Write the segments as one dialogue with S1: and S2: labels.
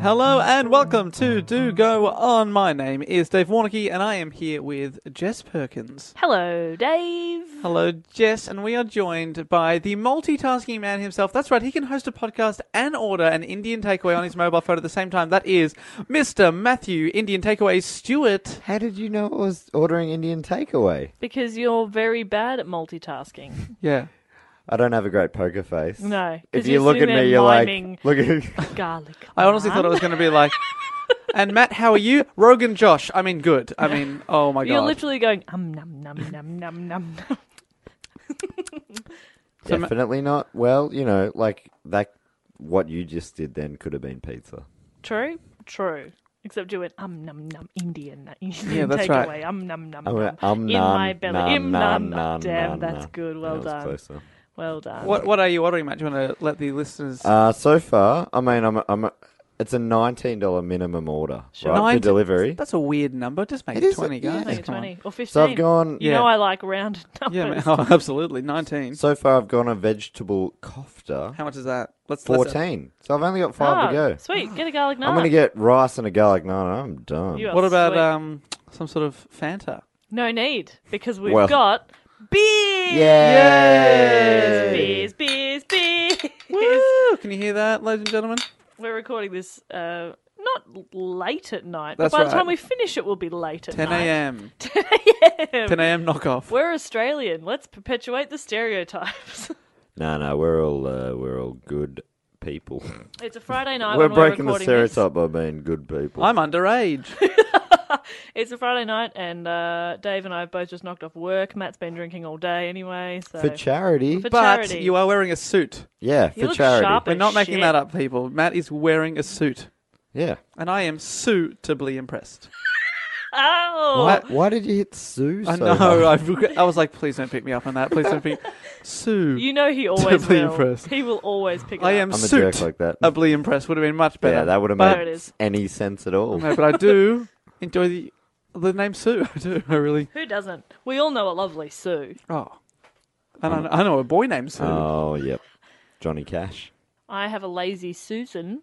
S1: Hello and welcome to Do Go On. My name is Dave Warnocky and I am here with Jess Perkins.
S2: Hello, Dave.
S1: Hello, Jess, and we are joined by the multitasking man himself. That's right, he can host a podcast and order an Indian takeaway on his mobile phone at the same time. That is Mr. Matthew Indian Takeaway Stewart.
S3: How did you know it was ordering Indian takeaway?
S2: Because you're very bad at multitasking.
S1: Yeah.
S3: I don't have a great poker face.
S2: No, 'cause
S3: If
S2: you're
S3: you look at
S2: sitting there
S3: me, you're
S2: miming.
S3: like, look at.
S2: Garlic.
S1: I honestly thought it was going to be like, and Matt, how are you? Rogan Josh. I mean, good. I mean, oh my
S2: You're
S1: god.
S2: literally going um num num num num num. num."
S3: Definitely not. Well, you know, like that. What you just did then could have been pizza.
S2: True, true. Except you went um num num Indian, Indian
S1: Yeah, that's
S2: takeaway
S1: right.
S2: um num num
S3: I
S2: num
S3: went, um,
S2: in
S3: nom,
S2: my belly.
S3: nom,
S2: um,
S3: nom,
S2: num, num.
S3: nom,
S2: Damn,
S3: nom,
S2: that's
S3: nom.
S2: good. Well
S3: That was
S2: done.
S3: closer.
S2: Well done.
S1: what, what are you ordering, Matt? Do you want to let the listeners.
S3: Uh, so far, I mean, I'm, I'm, it's a nineteen dollar minimum order
S2: Sure.
S3: right,
S1: Nine-
S3: for delivery.
S1: That's a weird number. Just make
S3: It
S1: it,
S3: is a-
S1: 20,
S3: yeah.
S1: guys.
S2: Like
S1: Come on.
S2: Twenty or fifteen.
S3: So I've gone.
S2: You
S1: Yeah.
S2: know I like round numbers.
S1: Yeah, man. Oh, absolutely. 19.
S3: So far, I've gone a vegetable kofta.
S1: How much is that? Let's let's-
S3: Fourteen. So I've only got five
S2: Ah,
S3: to go.
S2: Sweet. Get a garlic naan.
S3: I'm gonna get rice and a garlic naan. I'm done.
S2: You are
S1: What about
S2: sweet.
S1: um some sort of Fanta?
S2: No need because we've
S3: Well-
S2: got beers.
S3: Yay!
S2: Beers, beers, beers.
S1: Woo! Can you hear that, ladies and gentlemen?
S2: We're recording this uh, not l- late at night,
S1: That's
S2: but by the
S1: right.
S2: time we finish it, will be late at
S1: 10
S2: night.
S1: a.m.
S2: 10 a.m.
S1: 10 a.m. knockoff.
S2: We're Australian. Let's perpetuate the stereotypes.
S3: No, no, we're all uh, we're all good people.
S2: it's a Friday night.
S3: we're
S2: when
S3: breaking
S2: we're
S3: the
S2: recording
S3: stereotype by being good people.
S1: I'm underage.
S2: This. It's a Friday night, and uh, Dave and I have both just knocked off work. Matt's been drinking all day anyway, so
S3: for charity.
S2: For
S1: but
S2: charity.
S1: you are wearing a suit.
S3: yeah,
S2: You
S3: for
S2: look
S3: charity.
S2: sharp
S1: We're
S2: as
S1: not making
S2: shit.
S1: that up, people. Matt is wearing a suit.
S3: Yeah.
S1: And I am suitably impressed.
S2: Oh,
S3: Why, why did you hit Sue? So
S1: I know. I, regret- I was like, please don't pick me up on that. Please don't pick. Sue.
S2: you know he always
S1: Doubly
S2: will.
S1: impressed.
S2: He will always pick it
S1: I
S2: up.
S1: am
S3: I'm a
S1: suit.
S3: jerk like that.
S1: Ably impressed would have been much better.
S3: yeah, that would have
S1: But-
S2: There it
S3: made
S2: is.
S3: any sense at all.
S1: No, but I do enjoy the the name Sue. I do. I really.
S2: Who doesn't? We all know a lovely Sue.
S1: Oh, and
S3: Um,
S1: I, I know a boy named Sue.
S3: Oh, yep. Johnny Cash.
S2: I have a lazy Susan.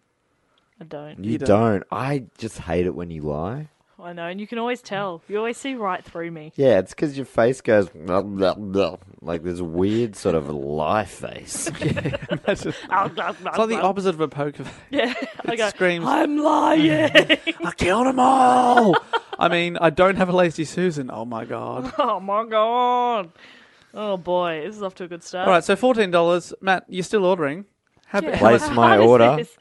S2: I don't.
S3: You,
S1: You don't.
S3: don't. I just hate it when you lie.
S2: I know, and you can always tell. You always see right through me.
S3: Yeah, it's because your face goes blah, blah, blah, like this weird sort of lie face.
S1: Imagine-
S2: Ow, blah, blah,
S1: it's like the
S2: blah.
S1: opposite of a poker face.
S2: Yeah, I
S1: It
S2: go.
S1: screams,
S2: I'm lying.
S1: I killed them all. I mean, I don't have a lazy Susan. Oh my god.
S2: oh my god. Oh boy, this is off to a good start.
S1: All right, so fourteen dollars, Matt. You're still ordering. How,
S2: Yeah.
S1: how
S3: Place
S1: much-
S3: my
S2: What is
S3: order.
S2: this?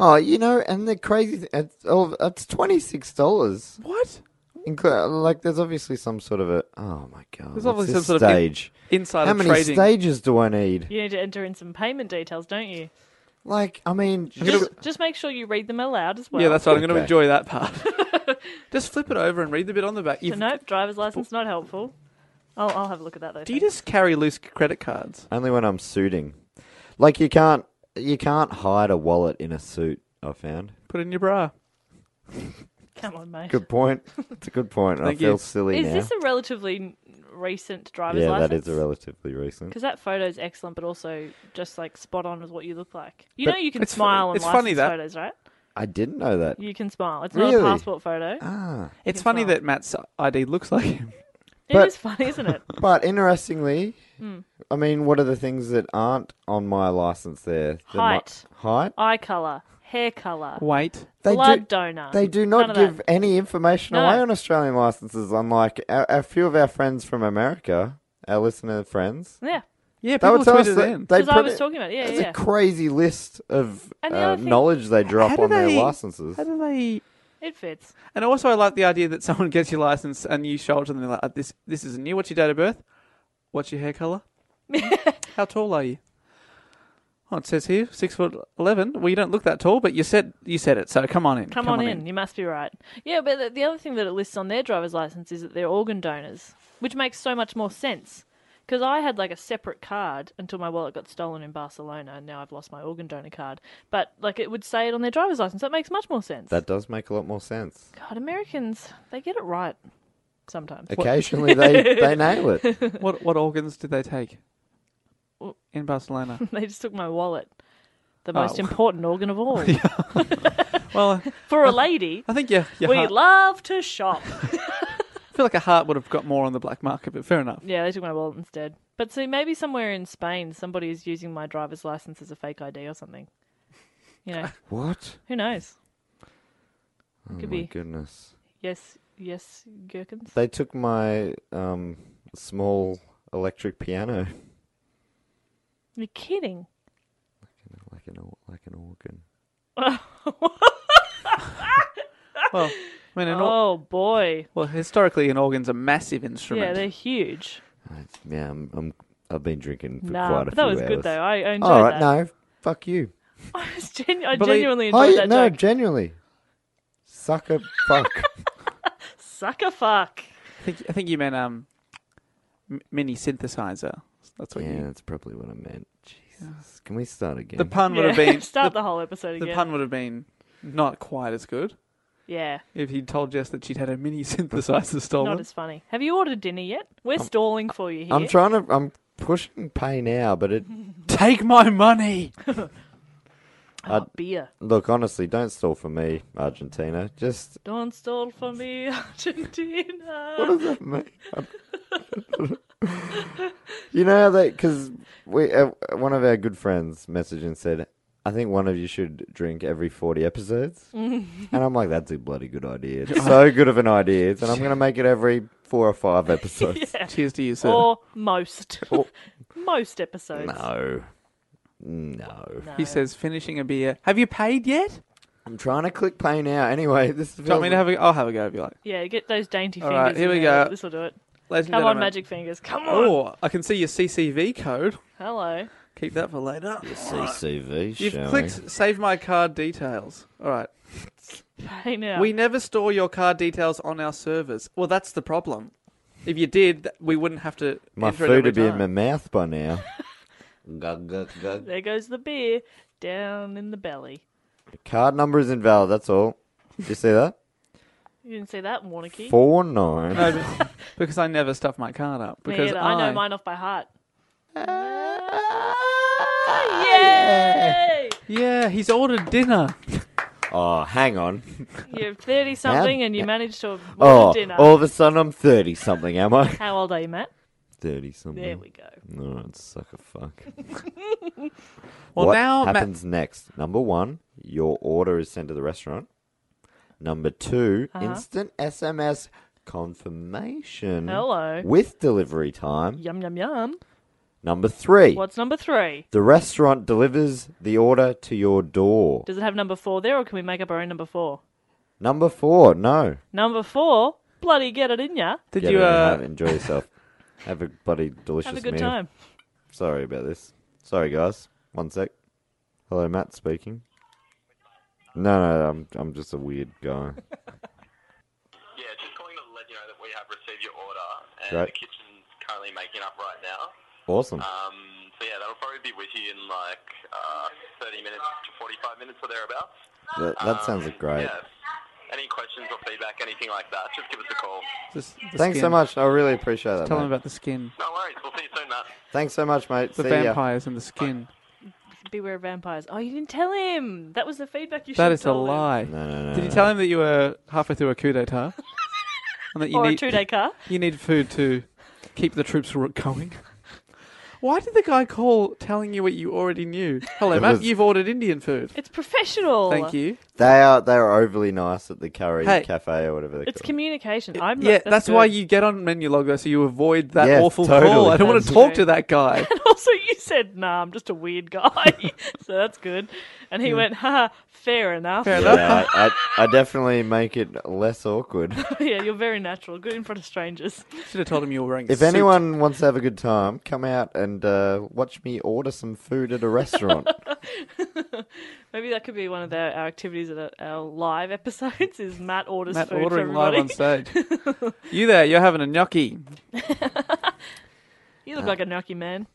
S3: Oh, you know, and the crazy thing, it's, oh, it's $26.
S1: What?
S3: Inclu- like, there's obviously some sort of a. Oh, my
S1: There's
S3: God. what's
S1: obviously
S3: this
S1: some sort of in-
S3: stage.
S1: insider
S3: How many
S1: trading.
S3: stages do I need?
S2: You need to enter in some payment details, don't you?
S3: Like, I mean,
S2: Just, just make sure you read them aloud as well.
S1: Yeah, that's right. I'm going to
S3: Okay.
S1: enjoy that part. Just flip it over and read the bit on the back.
S2: So
S1: You've-
S2: nope, driver's license not helpful. I'll, I'll have a look at that though.
S1: Do you
S2: thanks.
S1: just carry loose credit cards?
S3: only when I'm suiting. Like, you can't you can't hide a wallet in a suit. I found.
S1: Put it in your bra.
S2: Come on, mate.
S3: Good point. It's a good point. I
S1: Thank
S3: feel
S1: you.
S3: silly
S2: Is
S3: now.
S2: this a relatively n- recent driver's
S3: yeah,
S2: license?
S3: that is a relatively recent.
S2: Because that photo's excellent, but also just like spot on with what you look like. You
S3: But
S2: know, you can
S1: it's fu-
S2: smile on
S1: it's funny
S2: license
S1: that-
S2: photos, right?
S3: I didn't know that.
S2: You can smile. It's not
S3: Really?
S2: a passport photo.
S3: Ah,
S1: It's
S2: can
S1: funny
S2: smile.
S1: that Matt's ID looks like him.
S2: it
S3: but-
S2: is funny, isn't it?
S3: but interestingly,
S2: Hmm.
S3: I mean, what are the things that aren't on my license there? The mi-
S2: Height.
S3: height.
S2: Eye color, hair color,
S1: Wait.
S3: They
S2: blood
S3: do.
S2: donor.
S3: They do
S2: Ah, None
S3: not
S2: of
S3: give
S2: that.
S3: any information
S2: No.
S3: away on Australian licenses, unlike a, a few of our friends from America, our listener friends.
S2: Yeah,
S1: Yeah,
S3: They
S1: people
S3: would tell us
S1: tweeted it
S3: that
S1: in.
S3: they
S2: because I
S3: put
S2: was
S3: it-
S2: talking about it. yeah,
S3: It's
S2: yeah.
S3: a crazy list of
S2: And the
S3: uh,
S2: other thing-
S3: knowledge they
S1: How
S3: drop
S1: do
S3: on their
S1: they-
S3: licenses.
S1: How do they?
S2: It fits.
S1: And also, I like the idea that someone gets your license and you show it to them. They're like, "Uh, "This, this is new. What's your date of birth? What's your hair color? How tall are you?" Oh, it says here six foot eleven. Well, you don't look that tall, but you said you said it. So come on in.
S2: Come, on, in. You must be right. Yeah, but the, the other thing that it lists on their driver's license is that they're organ donors, which makes so much more sense. Because I had like a separate card until my wallet got stolen in Barcelona, and now I've lost my organ donor card. But like it would say it on their driver's license. That makes much more sense.
S3: That does make a lot more sense.
S2: God, Americans, they get it right sometimes.
S3: Occasionally, they, they nail it.
S1: What what organs did they take? In Barcelona.
S2: they just took my wallet, the most
S1: Oh.
S2: important organ of all.
S1: well,
S2: For a lady,
S1: I think yeah. Your
S2: we
S1: heart-
S2: love to shop.
S1: I feel like a heart would have got more on the black market, but fair enough.
S2: Yeah, they took my wallet instead. But see, maybe somewhere in Spain, somebody is using my driver's license as a fake ID or something. You know,
S3: What?
S2: who knows? Could
S3: oh my
S2: be.
S3: goodness.
S2: Yes, yes, Gherkins.
S3: They took my um, small electric piano,
S2: You're kidding.
S3: like an or- like an organ.
S1: Well, I mean, an or-
S2: Oh boy,
S1: well, historically, an organ's a massive instrument.
S2: yeah, they're huge.
S3: I, yeah, I'm, I'm I've been drinking for
S2: Nah,
S3: quite a
S2: but
S3: few
S2: that was
S3: hours.
S2: good though. I, I enjoyed
S3: All
S2: that.
S3: right, no, fuck you.
S2: I, was genu- I
S1: But they-
S2: genuinely
S3: Oh,
S2: enjoyed
S3: yeah,
S2: that
S3: no,
S2: joke.
S3: genuinely, sucker, fuck.
S2: Sucker fuck.
S1: I think I think you meant um, m- mini synthesizer. That's what
S3: yeah,
S1: you.
S3: that's probably what I meant. Jesus, can we start again?
S1: The pun would
S2: Yeah,
S1: have been
S2: start
S1: the,
S2: the, whole episode
S1: the
S2: again.
S1: pun would have been not quite as good
S2: yeah,
S1: if he'd told Jess that she'd had a mini synthesizer stolen.
S2: not as funny. Have you ordered dinner yet?
S1: Um,
S2: We're stalling for you here.
S3: I'm trying to. I'm pushing pay now, but it.
S1: Take my money.
S2: Oh,
S1: uh,
S2: beer.
S3: Look, honestly, don't stall for me, Argentina. Just
S2: Don't stall for me, Argentina.
S3: What does that mean? you know how they because we uh, one of our good friends messaged and said, "I think one of you should drink every forty episodes," and I'm like, "That's a bloody good idea. It's so good of an idea, and I'm going to make it every four or five episodes."
S1: Cheers to you, sir.
S2: or most.
S1: Oh.
S2: most episodes.
S3: No, no.
S1: He says, finishing a beer. Have you paid yet?
S3: I'm trying to click pay now. Anyway, this
S1: Do you want me to have a? I'll have a go if you like.
S2: Yeah, get those dainty
S1: All
S2: fingers.
S1: right, here
S2: in
S1: we
S2: there.
S1: go.
S2: This will do it.
S1: Ladies and
S2: Come on,
S1: gentlemen.
S2: magic fingers. Come on.
S1: Oh, I can see your CCV code.
S2: Hello.
S1: Keep that for later.
S3: CCV.
S1: You've
S3: shall we?
S1: clicked save my card details. All right.
S2: Hey now.
S1: We never store your card details on our servers. Well, that's the problem. If you did, th- we wouldn't have to.
S3: My
S1: enter it
S3: food
S1: every
S3: would be in
S1: time.
S3: my mouth by now. Gug, gug, gug.
S2: there goes the beer down in the belly.
S3: Card number is invalid. That's all. Did you see that?
S2: You didn't see that, Warnicky.
S3: Four nine.
S1: No, be- because I never stuff my card up.
S2: Me
S1: Because
S2: either.
S1: I, Ah,
S2: I know mine off by heart. Yay!
S1: Yeah, he's ordered dinner.
S3: Oh, hang on.
S2: You're 30 something and you managed to avoid
S3: Oh,
S2: dinner.
S3: all of a sudden I'm 30 something, am I?
S2: How old are you, Matt?
S3: 30 something.
S2: There we
S1: Mm-hmm.
S2: go.
S3: Alright, sucker fuck.
S1: Well,
S3: what
S1: now Matt-
S3: happens next? Number one, your order is sent to the restaurant. Number 2
S2: Uh-huh.
S3: instant SMS confirmation
S2: Hello.
S3: with delivery time.
S2: Yum, yum, yum.
S3: Number three,
S2: What's number three?
S3: the restaurant delivers the order to your door.
S2: Does it have number four there, or can we make up our own number four?
S3: Number four, no.
S2: Number four, bloody get it in ya.
S1: Did
S3: Get
S1: you
S3: out and
S1: uh,
S3: have- enjoy yourself? have a bloody delicious
S2: Have a good
S3: meal.
S2: time.
S3: Sorry about this. Sorry, guys. One sec. Hello, Matt speaking. No, no, I'm I'm just a weird guy.
S4: Yeah, just calling to let you know that we have received your order, and
S3: Great.
S4: the kitchen's currently making up right now.
S3: Awesome.
S4: Um, so yeah, that'll probably be with you in like uh, 30 minutes to 45 minutes or thereabouts.
S3: That, that sounds
S4: Um,
S3: great.
S4: Yeah. Any questions or feedback, anything like that, just give us a call.
S1: just the
S3: Thanks so
S1: skin?
S3: much. I really appreciate that.
S1: Tell
S3: mate.
S1: them about the skin.
S4: No worries. We'll see you soon, Matt.
S3: Thanks so much, mate.
S1: The
S3: See ya.
S1: vampires and the skin.
S2: Beware of vampires. Oh, you didn't tell him. That was the feedback you should
S1: That
S2: have
S1: is a
S2: told him.
S1: lie.
S3: No, no, no.
S1: Did you
S3: no.
S1: tell him that you were halfway through a coup d'état? and that you
S2: Or a
S1: need
S2: two-day car.
S1: you need food to keep the troops ro- going? Why did the guy call telling you what you already knew? Hello,
S3: It
S1: Matt.
S3: was-
S1: You've ordered Indian food.
S2: It's professional.
S1: Thank you.
S3: They are they are overly nice at the curry
S1: Hey.
S3: cafe or whatever they
S2: It's
S3: call.
S2: communication. I'm
S1: yeah,
S2: not,
S1: that's, why
S2: good.
S1: you get on menu log though, so you avoid that
S3: Yes,
S1: awful
S3: totally.
S1: call. I don't want to
S2: That's
S1: talk
S2: right.
S1: to that guy.
S2: And also, you said, "Nah, I'm just a weird guy," so that's good. And he went, "Ha, fair enough."
S1: Fair
S3: it.
S1: enough.
S3: Yeah, I, I I definitely make it less awkward.
S2: yeah, you're very natural. Good in front of strangers.
S1: Should have told him you were wearing. a
S3: If
S1: suit.
S3: anyone wants to have a good time, come out and uh, watch me order some food at a restaurant.
S2: Maybe that could be one of our, our activities at our- our live episodes. Is Matt orders
S1: Matt
S2: food
S1: ordering
S2: for
S1: live
S2: everybody?
S1: on stage. you there? You're having a gnocchi.
S2: You look like a gnocchi man.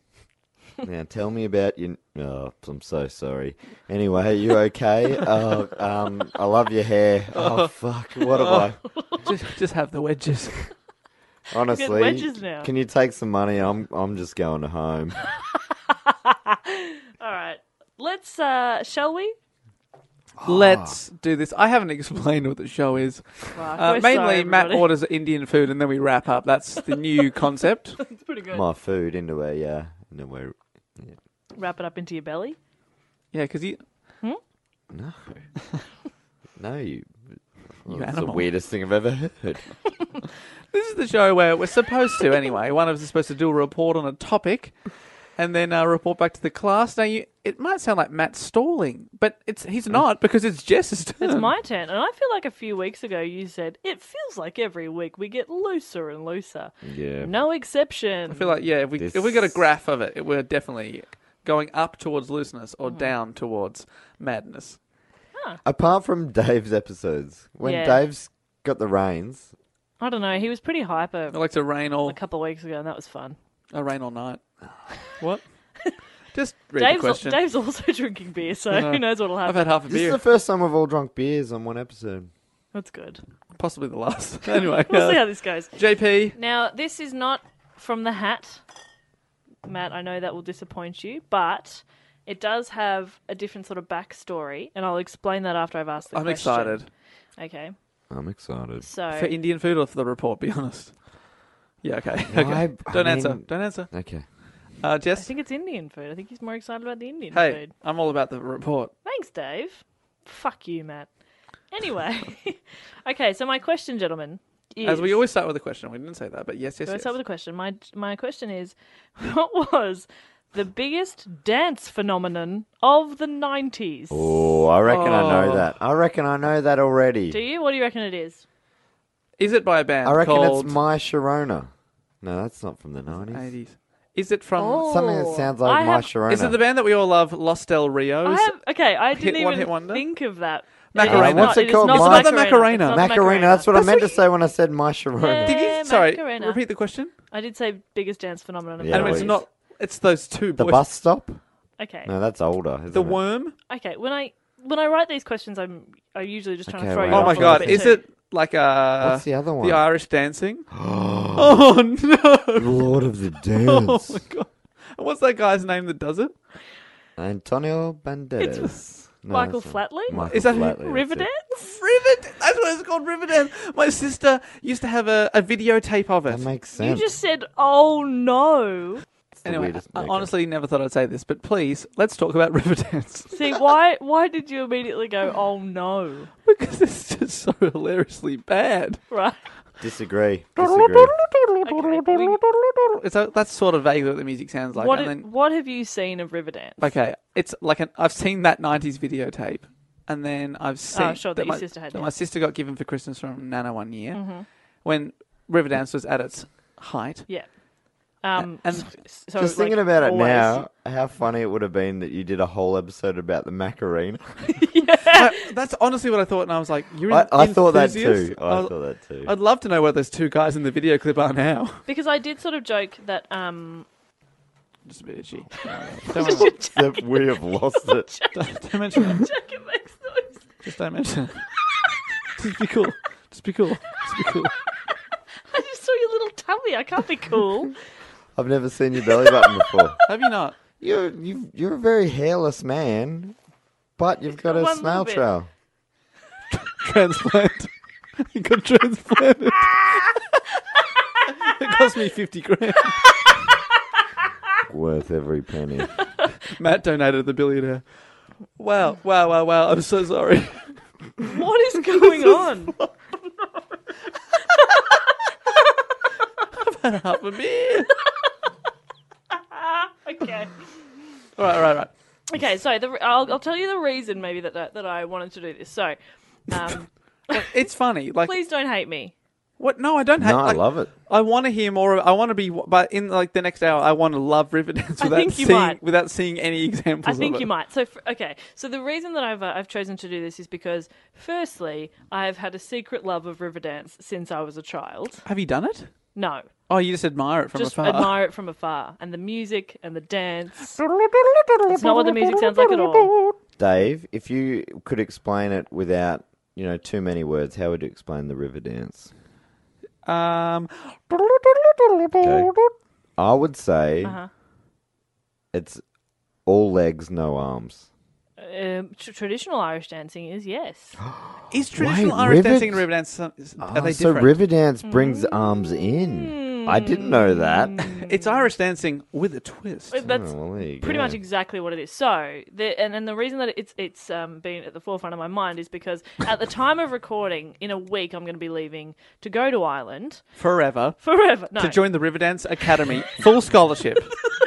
S3: Now tell me about you. Oh, I'm so sorry. Anyway, are you okay? oh, um, I love your hair. Oh fuck, what have I?
S1: just, just have the wedges.
S3: Honestly,
S2: wedges now.
S3: can you take some money? I'm I'm just going home.
S2: All right, let's. uh Shall we?
S3: Ah.
S1: Let's do this. I haven't explained what the show is.
S2: Right,
S1: Uh,
S2: we're
S1: mainly,
S2: sorry,
S1: Matt
S2: everybody.
S1: orders Indian food and then we wrap up. That's the new concept.
S2: It's pretty good.
S3: My food into a yeah, into a
S2: Wrap it up into your belly.
S1: Yeah, because you.
S3: no, no. You, well, that's the
S1: animal.
S3: weirdest thing I've ever heard.
S1: This is the show where we're supposed to, anyway. One of us is supposed to do a report on a topic, and then uh, report back to the class. Now, you, it might sound like Matt stalling, but it's he's not because it's Jess's turn.
S2: It's my turn, and I feel like a few weeks ago you said it feels like every week we get looser and looser.
S3: Yeah.
S2: No exception.
S1: I feel like yeah, if we if we got a graph of it, it we're definitely going up towards looseness
S2: Mm.
S1: or down towards madness.
S3: Apart from Dave's episodes, when
S2: Yeah.
S3: Dave's got the reins,
S2: I don't know. He was pretty hyper
S1: I like to rain all
S2: a couple of weeks ago, and that was fun.
S1: I rain all night. what? Just read the
S2: Dave's,
S1: question.
S2: Dave's also drinking beer, so who knows what'll
S1: I've had
S2: happen.
S1: half a
S3: this is
S1: beer,
S3: the first time we've all drunk beers on one episode.
S2: That's good.
S1: possibly the last. anyway,
S2: We'll see
S1: uh,
S2: how this goes.
S1: JP,
S2: Now, this is not from the hat, Matt. I know that will disappoint you, but it does have a different sort of backstory, and I'll explain that after I've asked the
S1: I'm
S2: question.
S1: excited
S2: Okay,
S3: I'm excited.
S2: so
S1: for Indian food or for the report. Be honest. Yeah. Okay. okay.
S3: I
S1: Don't answer.
S3: mean-
S1: Don't answer.
S3: Okay.
S1: Uh,
S2: I
S1: Jess.
S2: think it's Indian food. I think he's more excited about the Indian
S1: Hey,
S2: food.
S1: I'm all about the report.
S2: Thanks, Dave. Fuck you, Matt. Anyway, okay. So my question, gentlemen, is
S1: As we always start with a question. We didn't say that, but yes, yes,
S2: Do I
S1: yes.
S2: start with a question? My my question is, what was the biggest dance phenomenon of the nineties?
S3: Oh, I reckon I know
S1: Oh.
S3: that. I reckon I know that already.
S2: Do you? What do you reckon it is?
S1: Is it by a band?
S3: I reckon
S1: called
S3: it's My Sharona. No, that's not from the 90s.
S1: 80s. Is it from?
S3: Something that
S2: Oh.
S3: sounds like
S2: I
S3: My
S2: have-
S3: Sharona.
S1: Is it the band that we all love, Los Del
S3: Oh,
S1: Rios?
S2: I have okay. I didn't
S1: one hit
S2: even
S1: wonder?
S2: think of that.
S1: Macarena.
S2: It is
S3: What's it
S2: is
S3: called?
S2: not
S3: It's
S1: not the Macarena.
S2: It's not the
S3: Macarena? That's what
S1: That's
S3: I meant
S1: what
S3: to say when I said My Sharona.
S1: Did you?
S2: Yeah,
S1: sorry.
S2: Macarena.
S1: Repeat the question.
S2: I did say biggest dance phenomenon. Of
S3: Yeah,
S1: and
S2: the
S1: it's
S3: please.
S1: not. It's those two
S3: The
S1: boys.
S3: bus stop?
S2: okay.
S3: No, that's older. Isn't
S1: The
S3: it?
S1: worm.
S2: Okay. When I when I write these questions, I'm I usually just trying
S3: Okay,
S2: to throw.
S3: wait,
S2: you
S1: Oh
S2: off
S1: my
S2: a
S1: god!
S2: little bit
S1: Is
S2: too.
S1: it like uh
S3: What's the other one?
S1: The Irish dancing. oh no!
S3: Lord of the
S1: Oh
S3: Dance.
S1: my god! And What's that guy's name that does it?
S3: Antonio Banderas. No,
S2: Michael
S3: that's not-
S2: Flatley?
S3: Michael
S1: Is that who-
S3: Flatley, that's
S2: Riverdance?
S3: it.
S1: Rivet. That's what it's called. Riverdance. My sister used to have a, a videotape of
S3: That
S1: it.
S3: makes
S2: You
S3: sense.
S2: just said, "Oh no."
S3: It's the
S1: Anyway,
S3: weirdest-
S1: I
S3: okay.
S1: honestly never thought I'd say this, but please let's talk about Riverdance
S2: See why? Why did you immediately go? Oh no!
S1: because it's just so hilariously bad.
S2: Right?
S3: Disagree. Disagree.
S1: It's a, that's sort of vaguely what the music sounds like.
S2: what,
S1: and
S2: i-
S1: then,
S2: what have you seen of Riverdance?
S1: okay, it's like an I've seen that '90s videotape, and then I've seen
S2: Oh, sure, that your
S1: my,
S2: sister had,
S1: that
S2: yeah. Mm-hmm.
S1: my sister got given for Christmas from Nana one year when Riverdance was at its height.
S2: Yeah. Um,
S1: And-
S2: s- so
S3: Just
S2: like,
S3: thinking about it
S2: always-
S3: now, how funny it would have been that you did a whole episode about the Macarena.
S1: I- that's honestly what I thought, and I was like, "You're
S3: I,
S1: an
S3: I thought that
S1: enthusiast?
S3: too. Oh,
S1: I
S3: I
S1: was-
S3: thought that too.
S1: I'd love to know where those two guys in the video clip are now.
S2: Because I did sort of joke that um,
S1: Just a bit itchy. Don't worry about it.
S3: Except we have lost it.
S1: Don't, don't mention it.
S2: Jacob makes noise.
S1: Just don't mention it. Just be cool. Just be cool. Just be cool.
S2: I just saw your little tummy. I can't be cool.
S3: I've never seen your belly button before.
S1: Have you not?
S3: You're you, you're a very hairless man, but you've got,
S2: got one
S3: a
S2: little
S3: snail
S2: bit.
S3: trail.
S1: Transplant. you got transplanted. it cost me 50 grand.
S3: Worth every penny.
S1: Matt donated the billionaire. Wow, wow, wow, wow. I'm so sorry.
S2: What is going on?
S1: Half a beer.
S2: okay.
S1: All right, all right, all right.
S2: Okay, so the, I'll, I'll tell you the reason maybe that, that, that I wanted to do this. So, um,
S1: It's funny. Like,
S2: please don't hate me.
S1: what? No, I don't have.
S3: No, I
S1: like,
S3: love it.
S1: I want to hear more. Of, I want to be, but in like the next hour, I want to love Riverdance without
S2: think you
S1: seeing
S2: might.
S1: without seeing any examples.
S2: I
S1: of
S2: think
S1: it.
S2: you might. So, f okay. So the reason that I've uh, I've chosen to do this is because, firstly, I have had a secret love of Riverdance since I was a child.
S1: Have you done it?
S2: No,
S1: Oh, you just admire it from
S2: just
S1: afar.
S2: admire it from afar, and the music and the dance. It's not what the music sounds like at all.
S3: Dave, if you could explain it without you know too many words, how would you explain the river dance?
S1: Um,
S3: Okay. I would say
S1: Uh-huh.
S3: it's all legs, no arms.
S2: Um, tr- traditional Irish dancing is yes.
S1: is traditional
S3: Wait,
S1: Irish
S3: Rivet-
S1: dancing and Riverdance some- is- are
S3: Ah,
S1: they
S3: so
S1: different? Mm.
S3: river dance brings arms in. I didn't know that.
S1: it's Irish dancing with a twist.
S2: That's
S3: Oh, Well, there you
S2: pretty
S3: go.
S2: much exactly what it is. So, the, and and the reason that it's it's um, been at the forefront of my mind is because at the time of recording, in a week, I'm going to be leaving to go to Ireland
S1: Forever
S2: forever. No,
S1: to join the Riverdance Academy, full scholarship.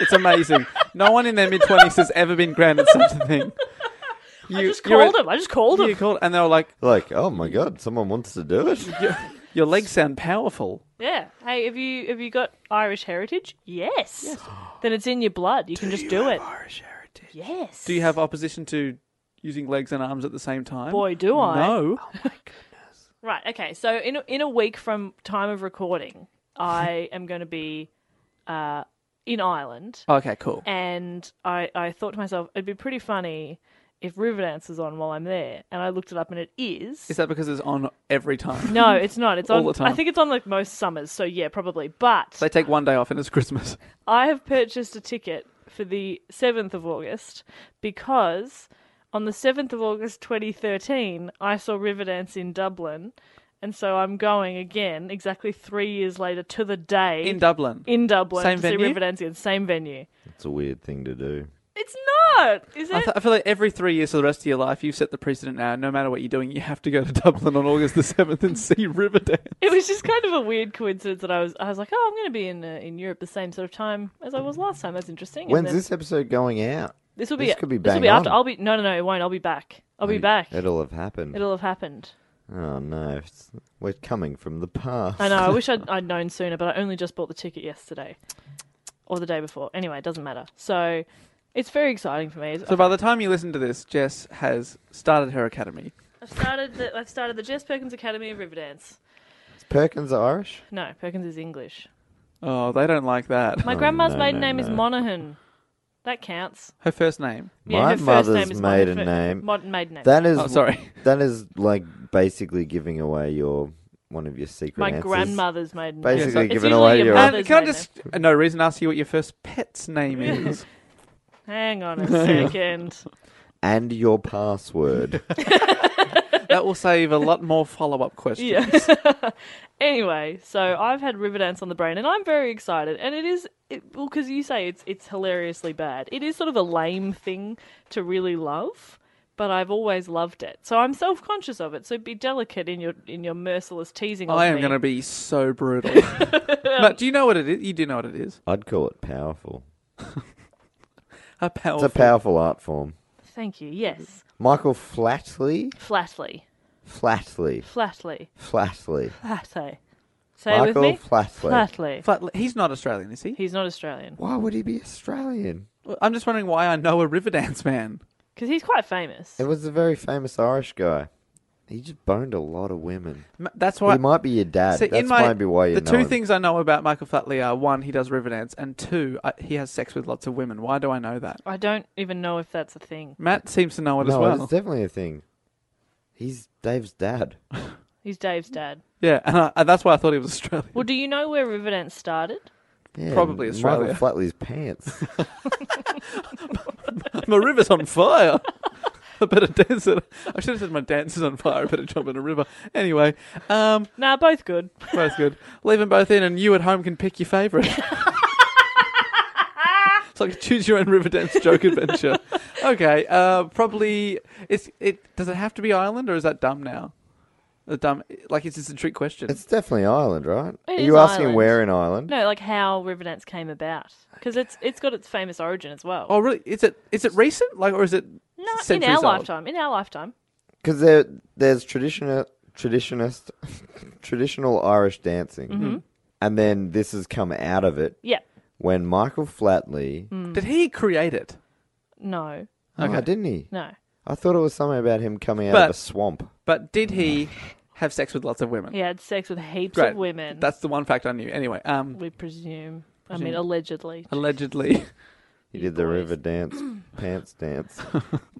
S1: it's amazing. No one in their mid twenties has ever been granted such a thing. You
S2: I just
S1: you're
S2: called
S1: at-
S2: him. I just called
S1: You
S2: him.
S1: called, and they were like,
S3: Like, oh my god, someone wants to do it.
S1: your, your legs sound powerful.
S2: Yeah. Hey, have you have you got Irish heritage? Yes. Then it's in your blood. You can just do it.
S1: Irish heritage.
S2: Yes.
S1: Do you have opposition to using legs and arms at the same time?
S2: Boy, do I.
S1: No.
S2: Right. Okay. So in a, in a week from time of recording, I am going to be uh, in Ireland,
S1: Okay, cool.
S2: and I I thought to myself it'd be pretty funny if Riverdance was on while I'm there, and I looked it up, and it is.
S1: Is that because it's on every time?
S2: no, it's not. It's
S1: All
S2: on.
S1: the time.
S2: I think it's on like most summers. So yeah, probably. But
S1: They take one day off and it's Christmas.
S2: I have purchased a ticket for the 7th of August because on the 7th of August 2013, I saw Riverdance in Dublin. And so I'm going again, exactly three years later, to the day
S1: In Dublin.
S2: in Dublin
S1: Same
S2: to
S1: venue?
S2: see Riverdance again, same venue.
S3: It's a weird thing to do.
S2: It's not, is
S1: I,
S2: it?
S1: th- I feel like every three years for the rest of your life, you've set the precedent now. No matter what you're doing, you have to go to Dublin on August the 7th and see Riverdance.
S2: It was just kind of a weird coincidence that I was, I was like, oh, I'm going to be in uh, in Europe the same sort of time as I was last time. That's interesting. And
S3: When's
S2: then-
S3: this episode going out?
S2: This will be.
S3: this could be
S2: this will
S3: bang
S2: be after.
S3: on.
S2: I'll be. No, no, no. It won't. I'll be back. I'll be back. It'll,
S3: It'll have happened.
S2: have happened.
S3: Oh no, it's- we're coming from the past.
S2: I know. I wish I'd, I'd known sooner, but I only just bought the ticket yesterday or the day before. Anyway, it doesn't matter. So it's very exciting for me. It's-
S1: So by the time you listen to this, Jess has started her academy.
S2: I've started. The, I've started the Jess Perkins Academy of Riverdance.
S3: Is Perkins Irish?
S2: No, Perkins is English.
S1: Oh, they don't like that.
S2: My grandma's
S3: Oh, no,
S2: maiden
S3: no,
S2: name is
S3: no.
S2: Monaghan. That counts.
S1: Her first name.
S2: her
S3: My mother's
S2: first name is Monaghan.
S3: maiden
S2: Her
S3: name-
S2: Modern maiden name.
S3: That is
S1: Oh, sorry.
S3: That is like basically giving away your one of your secret.
S2: My
S3: answers.
S2: grandmother's maiden name.
S3: Basically
S2: It's
S3: giving
S2: usually
S3: away
S2: your
S3: your.
S2: mother-
S1: And
S2: Mother's
S1: can I
S2: maiden
S1: just, no reason, ask you what your first pet's name is?
S2: Hang on a second.
S3: and your password.
S1: that will save a lot more follow-up questions.
S2: Yeah. anyway, so I've had Riverdance on the brain, and I'm very excited. And it is it, well because you say it's it's hilariously bad. It is sort of a lame thing to really love, but I've always loved it. So I'm self conscious of it. So be delicate in your in your merciless teasing.
S1: I
S2: of
S1: am
S2: me.
S1: going to be so brutal. but do you know what it is? You do know what it is.
S3: I'd call it powerful.
S1: A
S3: It's
S1: powerful.
S3: a powerful art form.
S2: Thank you. Yes,
S3: Michael Flatley,
S2: flatly,
S3: Flatley,
S2: flatly,
S3: Flatley.
S2: flatly. Say it with
S3: Michael
S2: me.
S3: Flatley.
S2: Flatly.
S1: Flat- He's not Australian, is he?
S2: He's not Australian
S3: Why would he be Australian?
S1: I'm just wondering why I know a Riverdance man.
S2: because he's quite famous.
S3: It was a very famous Irish guy. He just boned a lot of women.
S1: M- That's
S3: He
S1: why.
S3: might be your dad.
S1: See,
S3: That's might be why you
S1: the
S3: know
S1: two
S3: him.
S1: things I know about Michael Flatley are one, he does Riverdance, and two, I, he has sex with lots of women. Why do I know that?
S2: I don't even know if that's a thing.
S1: Matt seems to know it as
S3: no,
S1: well.
S3: it's definitely a thing. He's Dave's dad.
S2: He's Dave's dad.
S1: yeah, and I, and that's why I thought he was Australian.
S2: Well, do you know where Riverdance started?
S3: Yeah,
S1: Probably Australia.
S3: Michael Flatley's pants.
S1: my river's on fire. I better dance it. I should have said my dance is on fire. I better jump in a river. Anyway, um,
S2: Nah, both good.
S1: both good. Leave them both in, and you at home can pick your favourite. it's like a choose your own river dance joke adventure. Okay, uh, probably it's it. Does it have to be Ireland, or is that dumb now? The dumb like it's just a trick question.
S3: it's definitely Ireland, right?
S2: It
S3: Are
S2: is
S3: you asking
S2: Ireland.
S3: where in Ireland?
S2: No, like how Riverdance came about because it's it's got its famous origin as well.
S1: oh really? Is it is it recent? Like or is it
S2: no, in
S1: centuries old?
S2: our lifetime. In our lifetime.
S3: Because there, there's traditional, traditionist, traditional Irish dancing,
S2: Mm-hmm.
S1: Mm-hmm.
S3: and then this has come out of it
S2: Yeah.
S3: when Michael Flatley.
S2: Mm.
S1: Did he create it?
S2: No.
S3: Oh, didn't he?
S2: No.
S3: I thought it was something about him coming out of
S1: But-
S3: a swamp.
S1: But did he have sex with lots of women?
S2: He had sex with heaps
S1: Great.
S2: of women.
S1: That's the one fact I knew. Anyway, um,
S2: we presume. I mean, allegedly.
S1: allegedly,
S3: He did the river dance, pants dance.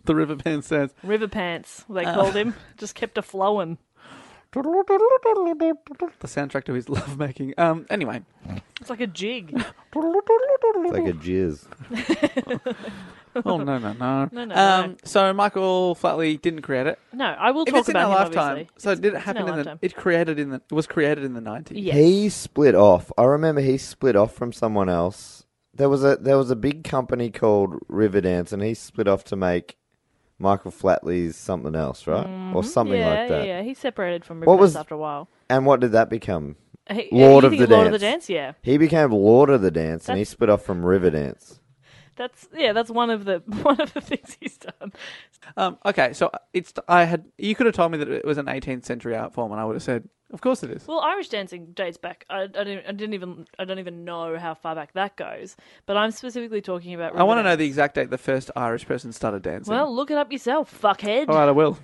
S1: the Riverbend says.
S2: River Pants, they called him. Just kept a flowing.
S1: The soundtrack to his lovemaking. Um, anyway,
S2: It's like a jig.
S3: It's like a jizz.
S1: oh no no no.
S2: No, no,
S1: um,
S2: no.
S1: So Michael Flatley didn't create it.
S2: No, I will
S1: If
S2: talk
S1: it's in
S2: about
S1: our
S2: him,
S1: lifetime,
S2: obviously.
S1: so
S2: It's-
S1: did it
S2: it's in
S1: happen
S2: our
S1: in the?
S2: lifetime.
S1: It created in the. It was created in the nineties.
S2: Yes.
S3: He split off. I remember he split off from someone else. There was a there was a big company called Riverdance, and he split off to make Michael Flatley's something else, right, or something
S2: Mm-hmm. yeah,
S3: like that.
S2: Yeah, yeah. He separated from River
S3: What was-
S2: Pants after a while.
S3: And what did that become?
S2: He,
S3: Lord
S2: you
S3: of
S2: think
S3: the
S2: of Lord of the
S3: Dance.
S2: Dance, yeah.
S3: He became Lord of the Dance, and he
S2: That's-
S3: split off from Riverdance.
S2: That's yeah, that's one of the one of the things he's done.
S1: Um, okay, so it's. I had. You could have told me that it was an 18th century art form, and I would have said, "Of course it is."
S2: Well, Irish dancing dates back. I, I didn't. I didn't even. I don't even know how far back that goes. But I'm specifically talking about.
S1: I want to know
S2: Riverdance.
S1: the exact date the first Irish person started dancing.
S2: Well, look it up yourself, fuckhead.
S1: all right, I will.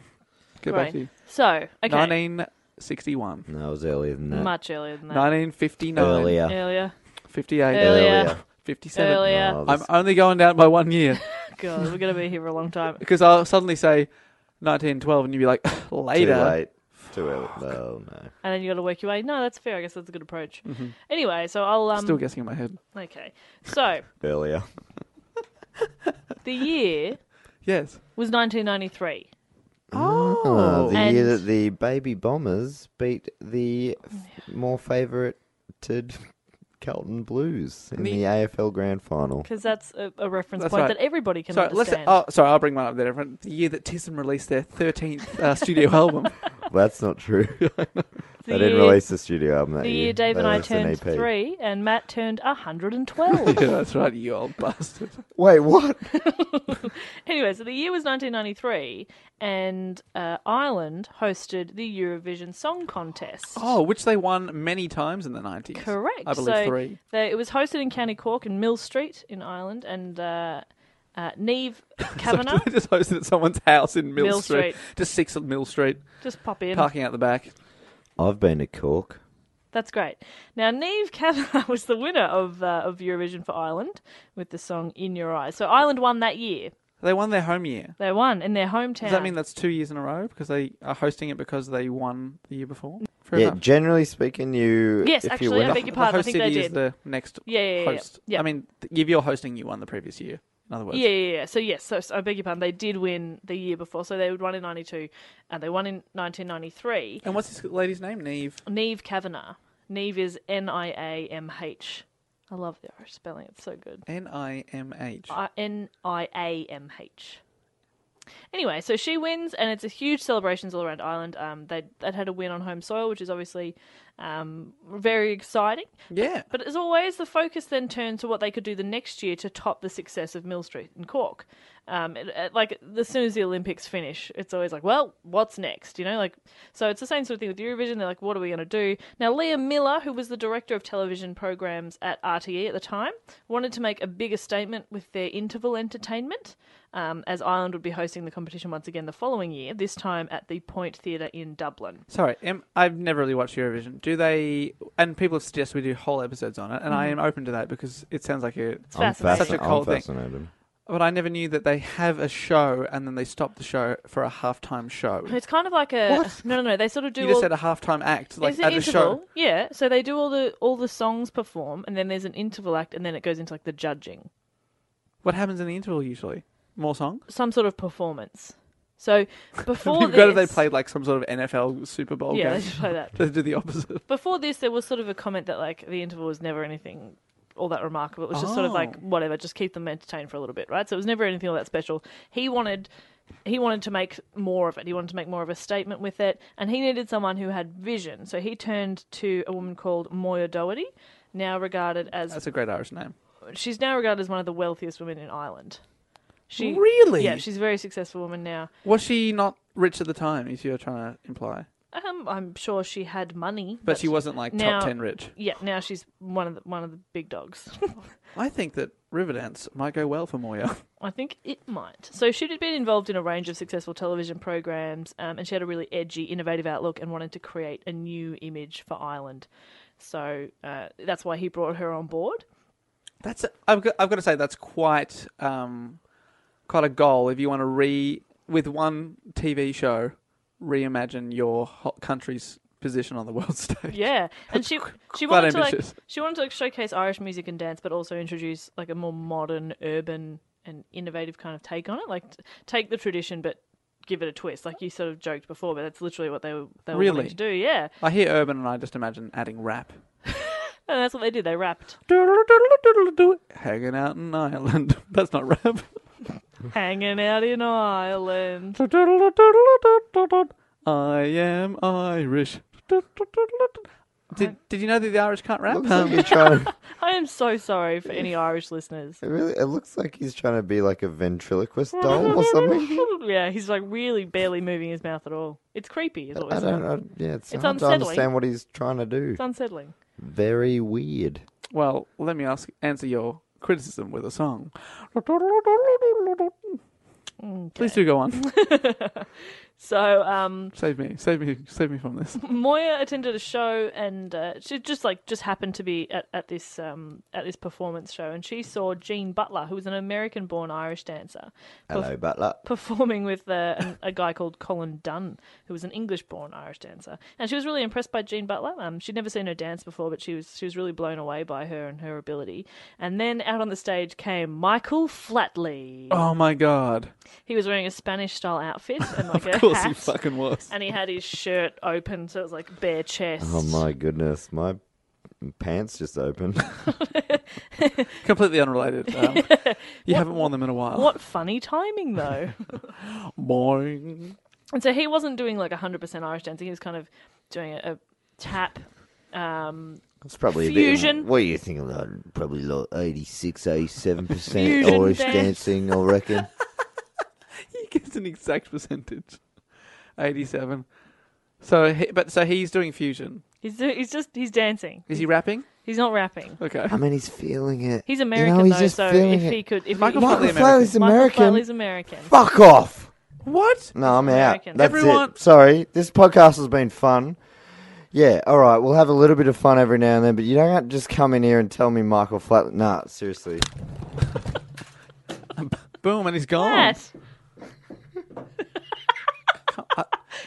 S1: Get back
S2: Right.
S1: to you.
S2: So, okay,
S1: 1961,
S3: No, it was earlier than that.
S2: much earlier than that.
S1: 1959,
S3: Earlier.
S2: Earlier,
S1: 58,
S2: earlier,
S1: 57.
S2: earlier.
S3: Oh,
S1: I'm
S3: this-
S1: only going down by one year
S2: God, we're gonna be here for a long time.
S1: because I'll suddenly say 1912 and you'll be like,
S3: too
S1: later.
S3: late. Too early. Oh no.
S2: And then you got to work your way. No, that's fair. I guess that's a good approach. Anyway, so I'll um.
S1: Mm-hmm. Still guessing in my head.
S2: okay, so
S3: Earlier.
S2: the year
S1: Yes.
S2: was 1993.
S3: Oh, the year
S2: And-
S3: that the baby bombers beat the f- more favoured Carlton Blues in
S1: Me-
S3: the AFL Grand Final.
S2: Because that's a, a reference
S1: That's
S2: point
S1: right.
S2: that everybody can
S1: Sorry, let's,
S2: understand.
S1: oh, sorry, I'll bring one up there. everyone. The year that Tissen released their 13th uh, studio album.
S3: That's not true.
S2: the
S3: they didn't
S2: year-
S3: release a studio album that
S2: The
S3: year.
S2: year Dave
S3: They
S2: and I
S3: released an E
S2: turned
S3: EP.
S2: three, and Matt turned 112.
S1: yeah, that's right, you old bastard.
S3: Wait, what?
S2: anyway, so the year was 1993, and uh, Ireland hosted the Eurovision Song Contest.
S1: Oh, which they won many times in the 90s.
S2: correct.
S1: I believe
S2: so
S1: three.
S2: They, it was hosted in County Cork and Mill Street in Ireland, and uh, uh, Neve Kavanagh.
S1: So they just hosted at someone's house in Mill,
S2: Mill
S1: Street.
S2: Street.
S1: Just six at Mill Street,
S2: Just pop in.
S1: parking out the back.
S3: I've been to Cork.
S2: That's great. Now, Neve Kavanagh was the winner of uh, of Eurovision for Ireland with the song "In Your Eyes." So Ireland won that year.
S1: They won their home year.
S2: They won in their hometown.
S1: Does that mean that's two years in a row because they are hosting it because they won the year before? Fair
S3: Yeah,
S1: enough.
S3: generally speaking, you.
S2: Yes,
S3: if
S2: actually,
S3: you win,
S2: I beg your
S1: The
S2: pardon. I
S1: host
S2: think they
S1: city is
S2: did.
S1: the next
S2: Yeah, yeah, yeah, yeah.
S1: host.
S2: Yeah.
S1: I mean, th- if you're hosting, you won the previous year. In other words,
S2: Yeah, yeah, yeah. So yes, so, so I beg your pardon. They did win the year before, so they would won in '92, and they won in 1993.
S1: And what's this lady's name? Neve.
S2: Neve Kavanagh. Neve is N I A M H. I love the Irish spelling. It's so good.
S1: N I M H.
S2: N I A M H. Anyway, so she wins, and it's a huge celebrations all around Ireland. Um, they they'd had a win on home soil, which is obviously um, very exciting.
S1: Yeah.
S2: But as always, the focus then turned to what they could do the next year to top the success of Mill Street in Cork. Um, it- it- like as soon as the Olympics finish, it's always like, well, what's next? You know, like so it's the same sort of thing with Eurovision. They're like, what are we going to do now? Liam Miller, who was the director of television programs at RTE at the time, wanted to make a bigger statement with their interval entertainment. Um, as Ireland would be hosting the competition once again the following year, this time at the Point Theatre in Dublin.
S1: Sorry, em, I've never really watched Eurovision. Do they? And people have suggested we do whole episodes on it, and I am open to that because it sounds like a.
S2: Mm. It's fascinating.
S1: Such a
S3: I'm
S1: cold thing.
S3: fascinated.
S1: But I never knew that they have a show and then they stop the show for a halftime show.
S2: It's kind of like a no, no, no. They sort of do
S1: you
S2: all
S1: just said a halftime act, like
S2: there's an
S1: at a show.
S2: interval, yeah. So they do all the all the songs perform, and then there's an interval act, and then it goes into like the judging,
S1: What happens in the interval usually? More songs.
S2: some sort of performance. So before
S1: It'd
S2: this,
S1: be good if they played like some sort of NFL Super Bowl
S2: yeah, they
S1: game.
S2: should play that.
S1: They do the opposite.
S2: Before this, there was sort of a comment that like the interval was never anything all that remarkable. It was just sort of like
S1: Oh.
S2: whatever, just keep them entertained for a little bit, right? So it was never anything all that special. He wanted he wanted to make more of it. He wanted to make more of a statement with it, and he needed someone who had vision. So he turned to a woman called Moya Doherty, now regarded as
S1: That's a great Irish name.
S2: she's now regarded as one of the wealthiest women in Ireland. She
S1: Really?
S2: Yeah, she's a very successful woman now.
S1: Was she not rich at the time? Is you're trying to imply?
S2: Um, I'm sure she had money,
S1: But she wasn't like
S2: now-
S1: top ten rich.
S2: Yeah, now she's one of the one of the big dogs.
S1: I think that Riverdance might go well for Moya.
S2: I think it might. So she had been involved in a range of successful television programs, um, and she had a really edgy, innovative outlook, and wanted to create a new image for Ireland. So uh, that's why he brought her on board.
S1: That's I've got, I've got to say that's quite um, quite a goal if you want to re with one TV show reimagine your ho- country's position on the world stage.
S2: Yeah, and she she
S1: quite
S2: wanted to like
S1: ambitious.
S2: she wanted to like showcase Irish music and dance, but also introduce like a more modern, urban, and innovative kind of take on it. Like t- take the tradition, but give it a twist. Like you sort of joked before, but that's literally what they were they were
S1: Really?
S2: wanting to do. Yeah,
S1: I hear urban and I just imagine adding rap.
S2: and that's what they did. They rapped,
S1: Hanging out in Ireland. That's not rap.
S2: hanging out in Ireland.
S1: I am Irish. Did, did you know that the Irish can't rap?
S3: Looks like he's trying.
S2: I am so sorry for any Irish listeners.
S3: It really, it looks like he's trying to be like a ventriloquist doll or something.
S2: yeah, he's like really barely moving his mouth at all. It's creepy. Is what
S3: I
S2: we
S3: don't
S2: said.
S3: know. Yeah, it's,
S2: It's
S3: hard
S2: unsettling.
S3: to understand what he's trying to do.
S2: It's unsettling.
S3: Very weird.
S1: Well, let me ask answer your criticism with a song. Please do go on.
S2: So, um,
S1: save me, save me, save me from this.
S2: Moya attended a show and uh, she just like just happened to be at, at this um, at this performance show and she saw Jean Butler, who was an American-born Irish dancer,
S3: Hello, butler.
S2: performing with uh, an, a guy called Colin Dunn, who was an English-born Irish dancer, and she was really impressed by Jean Butler. Um, she'd never seen her dance before, but she was she was really blown away by her and her ability. And then out on the stage came Michael Flatley.
S1: Oh my god!
S2: He was wearing a Spanish-style outfit and like a
S1: Of course
S2: hat,
S1: he fucking was.
S2: and he had his shirt open, so it was like bare chest.
S3: Oh my goodness, my pants just opened.
S1: Completely unrelated. Um, you haven't worn them in a while.
S3: Oh.
S2: What funny timing, though.
S1: Boing.
S2: and so he wasn't doing like 100% Irish dancing. He was kind of doing a, a tap. Um,
S3: It's probably A
S2: Fusion.
S3: bit, what do you think about probably like 86, 87 percent
S2: Fusion
S3: Irish
S2: dance.
S3: dancing? I reckon.
S1: He gives an exact percentage, eighty-seven. So, he, but so he's doing fusion.
S2: he's, he's just, he's dancing.
S1: Is he rapping?
S2: He's not rapping.
S1: Okay.
S3: I mean, he's feeling it.
S2: He's
S3: You know,
S2: American,
S3: he's
S2: though,
S3: just
S2: so
S3: feeling
S2: if
S3: it.
S2: he could. If
S1: Michael
S2: he,
S1: Flatley
S3: Michael
S1: Flatley's American.
S3: Flatley's American.
S2: Michael Flatley's American.
S3: Fuck off.
S1: What?
S3: No, I'm
S2: American.
S3: out. That's
S1: Everyone-
S3: it. Sorry, this podcast has been fun. Yeah, all right. We'll have a little bit of fun every now and then, but you don't have to just come in here and tell me Michael Flat. Nah, seriously.
S1: Boom, and he's gone.
S2: Matt,